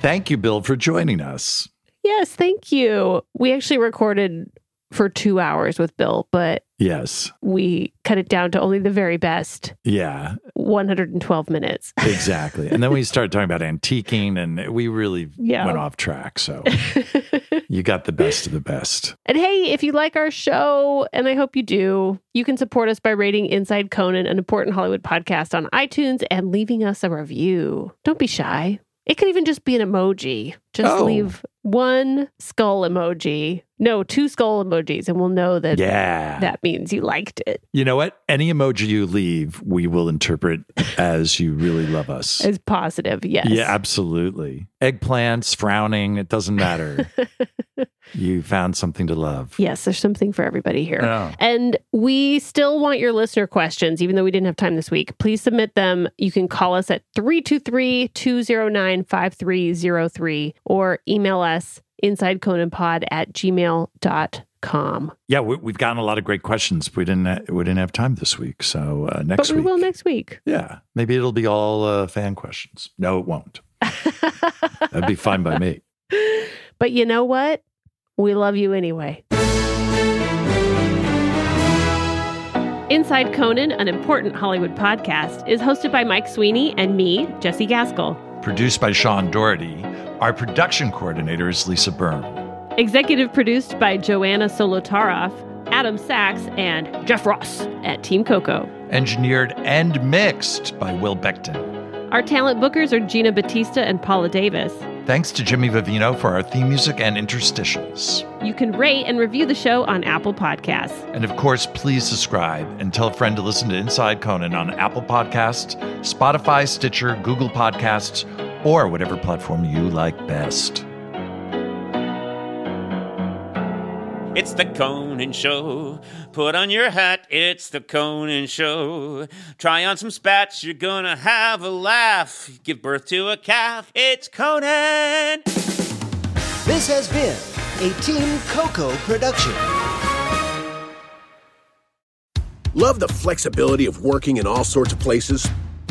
A: Thank you, Bill, for joining us.
B: Yes, thank you. We actually recorded for two hours with Bill, but
A: Yes.
B: we cut it down to only the very best
A: Yeah.
B: 112 minutes.
A: Exactly. and then we started talking about antiquing, and we really
B: Yeah.
A: went off track. So you got the best of the best.
B: And hey, if you like our show, and I hope you do, you can support us by rating Inside Conan, an important Hollywood podcast on iTunes and leaving us a review. Don't be shy. It could even just be an emoji. Just
A: Oh.
B: leave one skull emoji. No, two skull emojis, and we'll know that
A: Yeah.
B: that means you liked it.
A: You know what? Any emoji you leave, we will interpret as you really love us.
B: It's positive. Yes.
A: Yeah, absolutely. Eggplants, frowning, it doesn't matter. you found something to love.
B: Yes, there's something for everybody here.
A: Yeah.
B: And we still want your listener questions, even though we didn't have time this week. Please submit them. You can call us at 323 209 5303 or email us insideconanpod at gmail.com.
A: Yeah, we, we've gotten a lot of great questions. but We didn't ha- we didn't have time this week, so uh,
B: But
A: next
B: we
A: week.
B: will next week.
A: yeah, maybe it'll be all uh, fan questions. No, it won't. That'd be fine by me.
B: But you know what? We love you anyway.
D: Inside Conan, an important Hollywood podcast, is hosted by Mike Sweeney and me, Jesse Gaskell.
A: Produced by Sean Doherty, our production coordinator is Lisa Byrne.
D: Executive produced by Joanna Solotaroff, Adam Sachs, and Jeff Ross at Team Coco.
A: Engineered and mixed by Will Beckton.
D: Our talent bookers are Gina Batista and Paula Davis.
A: Thanks to Jimmy Vivino for our theme music and interstitials.
D: You can rate and review the show on Apple Podcasts.
A: And of course, please subscribe and tell a friend to listen to Inside Conan on Apple Podcasts, Spotify, Stitcher, Google Podcasts, or whatever platform you like best.
F: It's the Conan Show. Put on your hat. It's the Conan Show. Try on some spats. You're gonna have a laugh. Give birth to a calf. It's Conan.
G: This has been a Team Coco production.
E: Love the flexibility of working in all sorts of places?